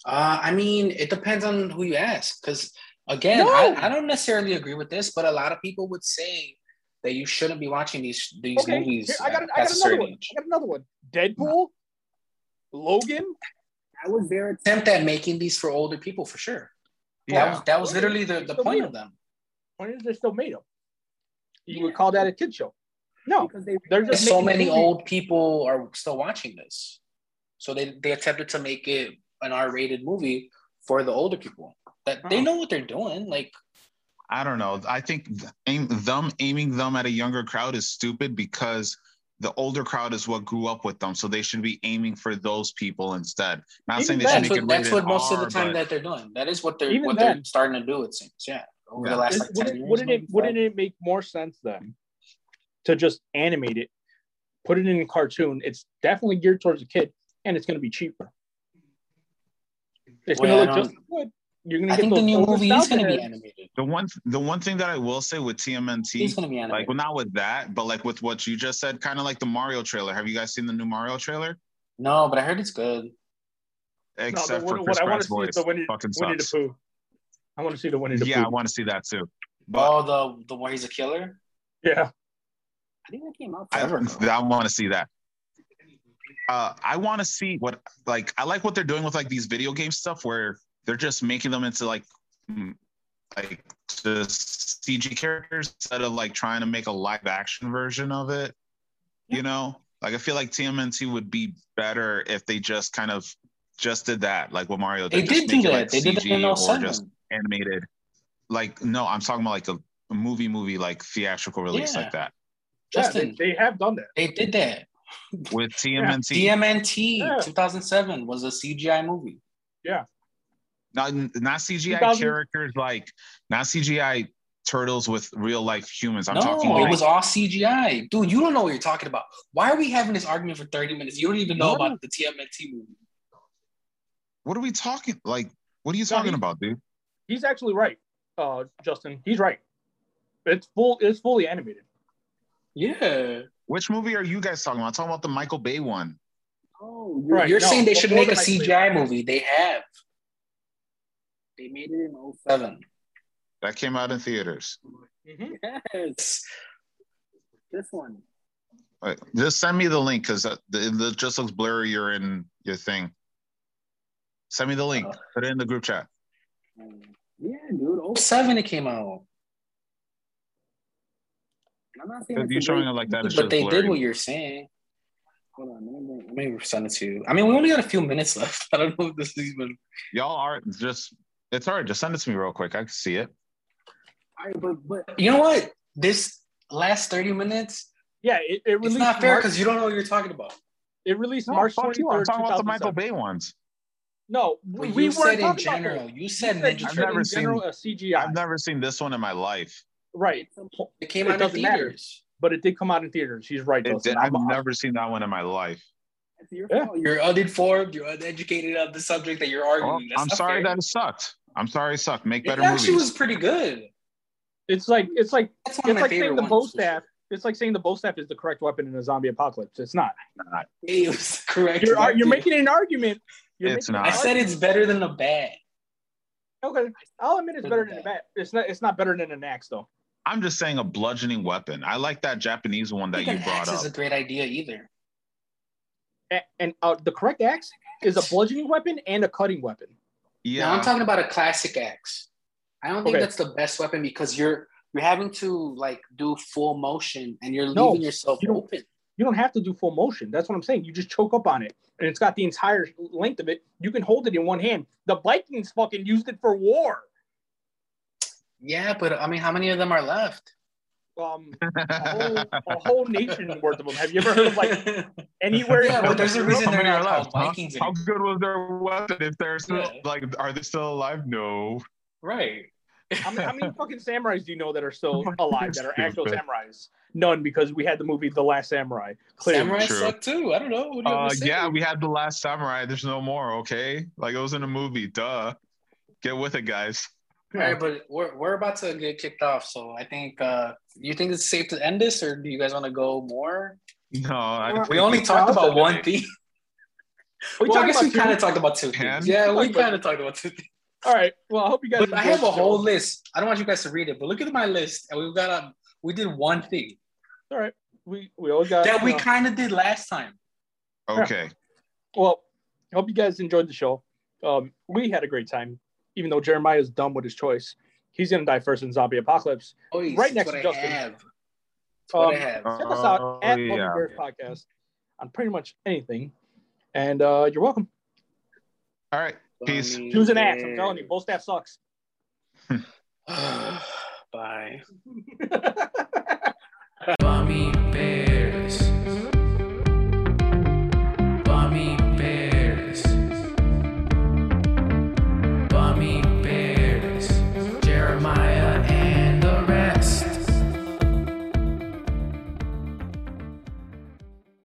Speaker 1: Uh, I mean, it depends on who you ask. Because again,
Speaker 2: No.
Speaker 1: I, I don't necessarily agree with this, but a lot of people would say that you shouldn't be watching these these
Speaker 2: Okay,
Speaker 1: movies
Speaker 2: here, I got.
Speaker 1: at
Speaker 2: I got
Speaker 1: past a
Speaker 2: another
Speaker 1: certain
Speaker 2: one.
Speaker 1: age.
Speaker 2: I got another one. Deadpool, Logan.
Speaker 4: I was there. At
Speaker 1: Attempt at making these for older people for sure. That
Speaker 3: Yeah.
Speaker 1: was that was literally the, the point of them.
Speaker 2: When is they still made them? You would
Speaker 4: Yeah.
Speaker 2: call that a kid show? No,
Speaker 4: because they
Speaker 2: they're
Speaker 1: And
Speaker 2: just
Speaker 1: so
Speaker 2: making
Speaker 1: many
Speaker 2: movies.
Speaker 1: old people are still watching this. So they, they attempted to make it an R-rated movie for the older people. That they
Speaker 2: Oh.
Speaker 1: know what they're doing. Like
Speaker 3: I don't know. I think th- aim, them aiming them at a younger crowd is stupid because the older crowd is what grew up with them, so they should be aiming for those people instead. Not
Speaker 2: Even
Speaker 3: saying they
Speaker 2: then,
Speaker 1: that's
Speaker 3: should make
Speaker 1: what,
Speaker 3: it
Speaker 1: that's
Speaker 3: rated
Speaker 1: what most of the
Speaker 3: R,
Speaker 1: time
Speaker 3: but-
Speaker 1: that they're doing. That is what they're
Speaker 2: Even
Speaker 1: what they're
Speaker 2: then-
Speaker 1: starting to do. It seems, yeah. Over
Speaker 3: Yeah.
Speaker 1: the last
Speaker 2: Is-
Speaker 1: like ten
Speaker 2: wouldn't,
Speaker 1: years,
Speaker 2: wouldn't it
Speaker 1: maybe,
Speaker 2: wouldn't it make more sense then to just animate it, put it in a cartoon? It's definitely geared towards a kid, and it's going to be cheaper. It's
Speaker 1: Well,
Speaker 2: going to
Speaker 1: I
Speaker 2: look just as good. You're going
Speaker 1: I
Speaker 2: to get
Speaker 1: think the
Speaker 2: those-
Speaker 1: new
Speaker 2: those
Speaker 1: movie is
Speaker 2: nostalgia
Speaker 1: going to be
Speaker 2: heads.
Speaker 1: animated.
Speaker 3: the one the one thing that I will say with
Speaker 1: It's
Speaker 3: TMNT,
Speaker 1: going to be
Speaker 3: like
Speaker 1: animated.
Speaker 3: well, not with that, but like with what you just said, kind of like the Mario trailer. Have you guys seen the new Mario trailer?
Speaker 1: no, but I heard it's good.
Speaker 2: No, but
Speaker 3: Except
Speaker 2: what,
Speaker 3: for
Speaker 2: what
Speaker 3: Chris
Speaker 2: I want
Speaker 3: Pratt's
Speaker 2: to see
Speaker 3: voice,
Speaker 2: is the Winnie,
Speaker 3: fucking
Speaker 2: Winnie the
Speaker 3: sucks.
Speaker 2: Pooh. I want to see the Winnie the
Speaker 3: Yeah, I
Speaker 2: Pooh.
Speaker 3: want to see that too. But
Speaker 1: oh, the the where he's a killer.
Speaker 2: Yeah,
Speaker 4: I think that came out.
Speaker 3: I,
Speaker 1: Forever ago.
Speaker 3: I want to see that. Uh, I want to see what like I like what they're doing with like these video game stuff where they're just making them into like mm, like just CG characters instead of like trying to make a live action version of it. You know, like I feel like TMNT would be better if they just kind of just did that, like what Mario
Speaker 1: They
Speaker 3: did. just
Speaker 1: did do
Speaker 3: make it,
Speaker 1: that.
Speaker 3: like,
Speaker 1: they did that in
Speaker 3: CG
Speaker 1: all
Speaker 3: or just
Speaker 1: seven.
Speaker 3: animated. Like no, I'm talking about like a, a movie, movie like theatrical release
Speaker 1: Yeah.
Speaker 3: like that
Speaker 2: yeah they,
Speaker 1: Justin,
Speaker 2: they have done that.
Speaker 1: they, did that.
Speaker 3: with TMNT.
Speaker 1: DMNT
Speaker 2: Yeah.
Speaker 1: 2007 was a CGI movie.
Speaker 3: not not CGI
Speaker 2: 2000
Speaker 3: characters like not CGI turtles with real life humans. I'm
Speaker 1: no,
Speaker 3: talking
Speaker 1: it
Speaker 3: like
Speaker 1: was all CGI, dude. You don't know what you're talking about. Why are we having this argument for 30 minutes? You don't even know
Speaker 2: No.
Speaker 1: about the TMNT movie.
Speaker 3: what are we talking like what are you
Speaker 2: No,
Speaker 3: talking
Speaker 2: he-
Speaker 3: about, dude?
Speaker 2: He's actually right, uh, Justin. He's right. It's full. It's fully animated.
Speaker 1: Yeah,
Speaker 3: Which movie are you guys talking about? I'm talking about the Michael Bay one.
Speaker 4: Oh, you're
Speaker 2: Right.
Speaker 1: you're
Speaker 2: no,
Speaker 1: saying they should
Speaker 2: before
Speaker 1: make a
Speaker 2: the Michael Bay-
Speaker 1: CGI movie. They have
Speaker 4: They made it in 07.
Speaker 1: seven.
Speaker 3: That came out in theaters.
Speaker 2: Mhm.
Speaker 3: Mm-hmm.
Speaker 4: Yes, this one.
Speaker 3: Wait, Uh, just send me the link because the, the it just looks blurrier in your thing. Send me the link. Put it in the group chat.
Speaker 4: Um, yeah, dude. 07.
Speaker 1: Seven, it came out.
Speaker 4: I'm not saying
Speaker 3: If
Speaker 4: it's
Speaker 3: you're
Speaker 4: a
Speaker 3: showing
Speaker 4: great-
Speaker 3: it like that, it's
Speaker 1: but
Speaker 3: just
Speaker 1: they
Speaker 3: blurry.
Speaker 1: did what you're saying.
Speaker 4: Hold on, let me bring- let me-
Speaker 1: Let me send it to you. I mean, we only got a few minutes left. I don't know if this is even.
Speaker 3: Y'all are just it's all right. Just send it to me real quick. I can see it.
Speaker 4: All right, but but
Speaker 1: You know what? This last 30 minutes,
Speaker 2: Yeah, it, it
Speaker 1: it's
Speaker 2: released
Speaker 1: not fair
Speaker 2: March-
Speaker 1: because you don't know what you're talking about.
Speaker 2: It released
Speaker 3: No,
Speaker 2: March
Speaker 3: fuck
Speaker 2: twenty
Speaker 3: you. I'm
Speaker 2: third, two
Speaker 3: talking about the
Speaker 2: thousand
Speaker 3: Michael
Speaker 2: seven.
Speaker 3: Bay ones.
Speaker 2: No,
Speaker 1: But
Speaker 2: we
Speaker 1: you said
Speaker 2: weren't
Speaker 1: in
Speaker 2: talking about her.
Speaker 1: general. You said
Speaker 2: You
Speaker 1: Ninja
Speaker 2: you
Speaker 3: I've
Speaker 1: Turtles.
Speaker 2: said
Speaker 3: never
Speaker 2: in
Speaker 3: seen-
Speaker 2: general a CGI.
Speaker 3: I've never seen this one in my life.
Speaker 2: right,
Speaker 1: It came
Speaker 2: It
Speaker 1: out in
Speaker 2: doesn't matter.
Speaker 1: theaters.
Speaker 2: but it did come out in theaters. He's right.
Speaker 3: It
Speaker 2: Dustin.
Speaker 3: did, I've
Speaker 2: I'm-
Speaker 3: never seen that one in my life.
Speaker 4: It's your
Speaker 2: Yeah.
Speaker 4: fault.
Speaker 1: You're uninformed. You're uneducated on the subject that you're
Speaker 3: Well,
Speaker 1: arguing. That's
Speaker 3: Oh, I'm
Speaker 1: not
Speaker 3: sorry
Speaker 1: fair.
Speaker 3: that it sucked. I'm sorry it sucked. Make better
Speaker 1: it actually
Speaker 3: movies.
Speaker 1: was pretty good.
Speaker 2: It's like it's like
Speaker 1: That's one of
Speaker 2: it's
Speaker 1: my
Speaker 2: like
Speaker 1: favorite
Speaker 2: saying the
Speaker 1: ones,
Speaker 2: bow
Speaker 1: for
Speaker 2: staff. It's like saying the bow staff is the correct weapon in a zombie apocalypse. It's not.
Speaker 1: sure. It was correct.
Speaker 2: You're ar- you're
Speaker 1: Dude,
Speaker 2: making an argument. You're
Speaker 3: It's
Speaker 2: making an
Speaker 3: not.
Speaker 1: I said it's better than the bat.
Speaker 2: argument. okay. I'll admit it's better than a bat. It's not. It's not better than an axe though.
Speaker 3: I'm just saying a bludgeoning weapon. I like that Japanese one
Speaker 1: I
Speaker 3: that
Speaker 1: think
Speaker 3: you
Speaker 1: an
Speaker 3: brought
Speaker 1: axe
Speaker 3: up.
Speaker 1: is a great idea either.
Speaker 2: A- and uh, the correct axe is a bludgeoning weapon and a cutting weapon.
Speaker 1: Yeah. Now
Speaker 3: yeah,
Speaker 1: I'm talking about a classic axe. I don't think
Speaker 2: Okay.
Speaker 1: that's the best weapon because you're you're having to like do full motion and you're leaving
Speaker 2: No,
Speaker 1: yourself
Speaker 2: you don't-
Speaker 1: open.
Speaker 2: You don't have to do full motion. That's what I'm saying. You just choke up on it, and it's got the entire length of it. You can hold it in one hand. The Vikings fucking used it for war.
Speaker 1: Yeah, but I mean, how many of them are left?
Speaker 2: Um, a whole, a whole nation worth of them. Have you ever heard of like anywhere?
Speaker 1: Yeah,
Speaker 2: in
Speaker 1: but there's a
Speaker 2: Europe?
Speaker 1: reason
Speaker 3: How
Speaker 1: they're
Speaker 3: many
Speaker 1: not
Speaker 3: are
Speaker 1: called
Speaker 3: left, huh?
Speaker 1: Vikings.
Speaker 3: How
Speaker 1: anymore.
Speaker 3: good was their weapon if they're still
Speaker 1: Yeah.
Speaker 3: like are they still alive? No.
Speaker 1: Right.
Speaker 2: How many, how many fucking samurais do you know that are still alive that are actual
Speaker 3: Stupid.
Speaker 2: samurais? None, because we had the movie The Last Samurai. Clearly.
Speaker 1: Samurai
Speaker 3: true.
Speaker 1: suck too. I don't know. What do you
Speaker 3: Uh,
Speaker 1: want me to
Speaker 3: yeah,
Speaker 1: say?
Speaker 3: we had the last samurai. There's no more. Okay, like it was in a movie. Duh. Get with it, guys.
Speaker 1: All right, but we're, we're about to get kicked off, so I think uh, you think it's safe to end this, or do you guys want to go more?
Speaker 3: No, I,
Speaker 2: Well,
Speaker 1: We only talked about one thing.
Speaker 2: We
Speaker 1: well, I
Speaker 2: talking
Speaker 1: guess we
Speaker 2: about
Speaker 1: kind
Speaker 2: two-
Speaker 1: of talked about two
Speaker 3: Ten?
Speaker 1: things. Yeah, we
Speaker 2: Talked about-
Speaker 1: kind of talked about two things.
Speaker 2: All right. Well, I hope you guys.
Speaker 1: But I
Speaker 2: enjoyed
Speaker 1: have a
Speaker 2: the show.
Speaker 1: whole list. I don't want you guys to read it, but look at my list, and we've got a we did one thing
Speaker 2: All right. We we all got
Speaker 1: that we
Speaker 2: uh,
Speaker 1: kind of did last time.
Speaker 3: okay.
Speaker 2: Well, I hope you guys enjoyed the show. Um, we had a great time, even though Jeremiah's dumb with his choice. He's gonna die first in zombie apocalypse.
Speaker 1: Oh, yes,
Speaker 2: Right
Speaker 1: that's
Speaker 2: next
Speaker 1: what
Speaker 2: to
Speaker 1: I
Speaker 2: Justin.
Speaker 1: have. That's what I
Speaker 2: Um,
Speaker 1: have.
Speaker 2: Check us out
Speaker 3: Oh,
Speaker 2: at
Speaker 3: yeah.
Speaker 2: Lovely Bird Podcast on pretty much anything. And uh, you're welcome.
Speaker 3: All right. peace.
Speaker 1: Bunny
Speaker 2: Choose an axe. I'm
Speaker 1: bear.
Speaker 2: telling you, both staff sucks.
Speaker 1: Bye.
Speaker 4: Bummy bear.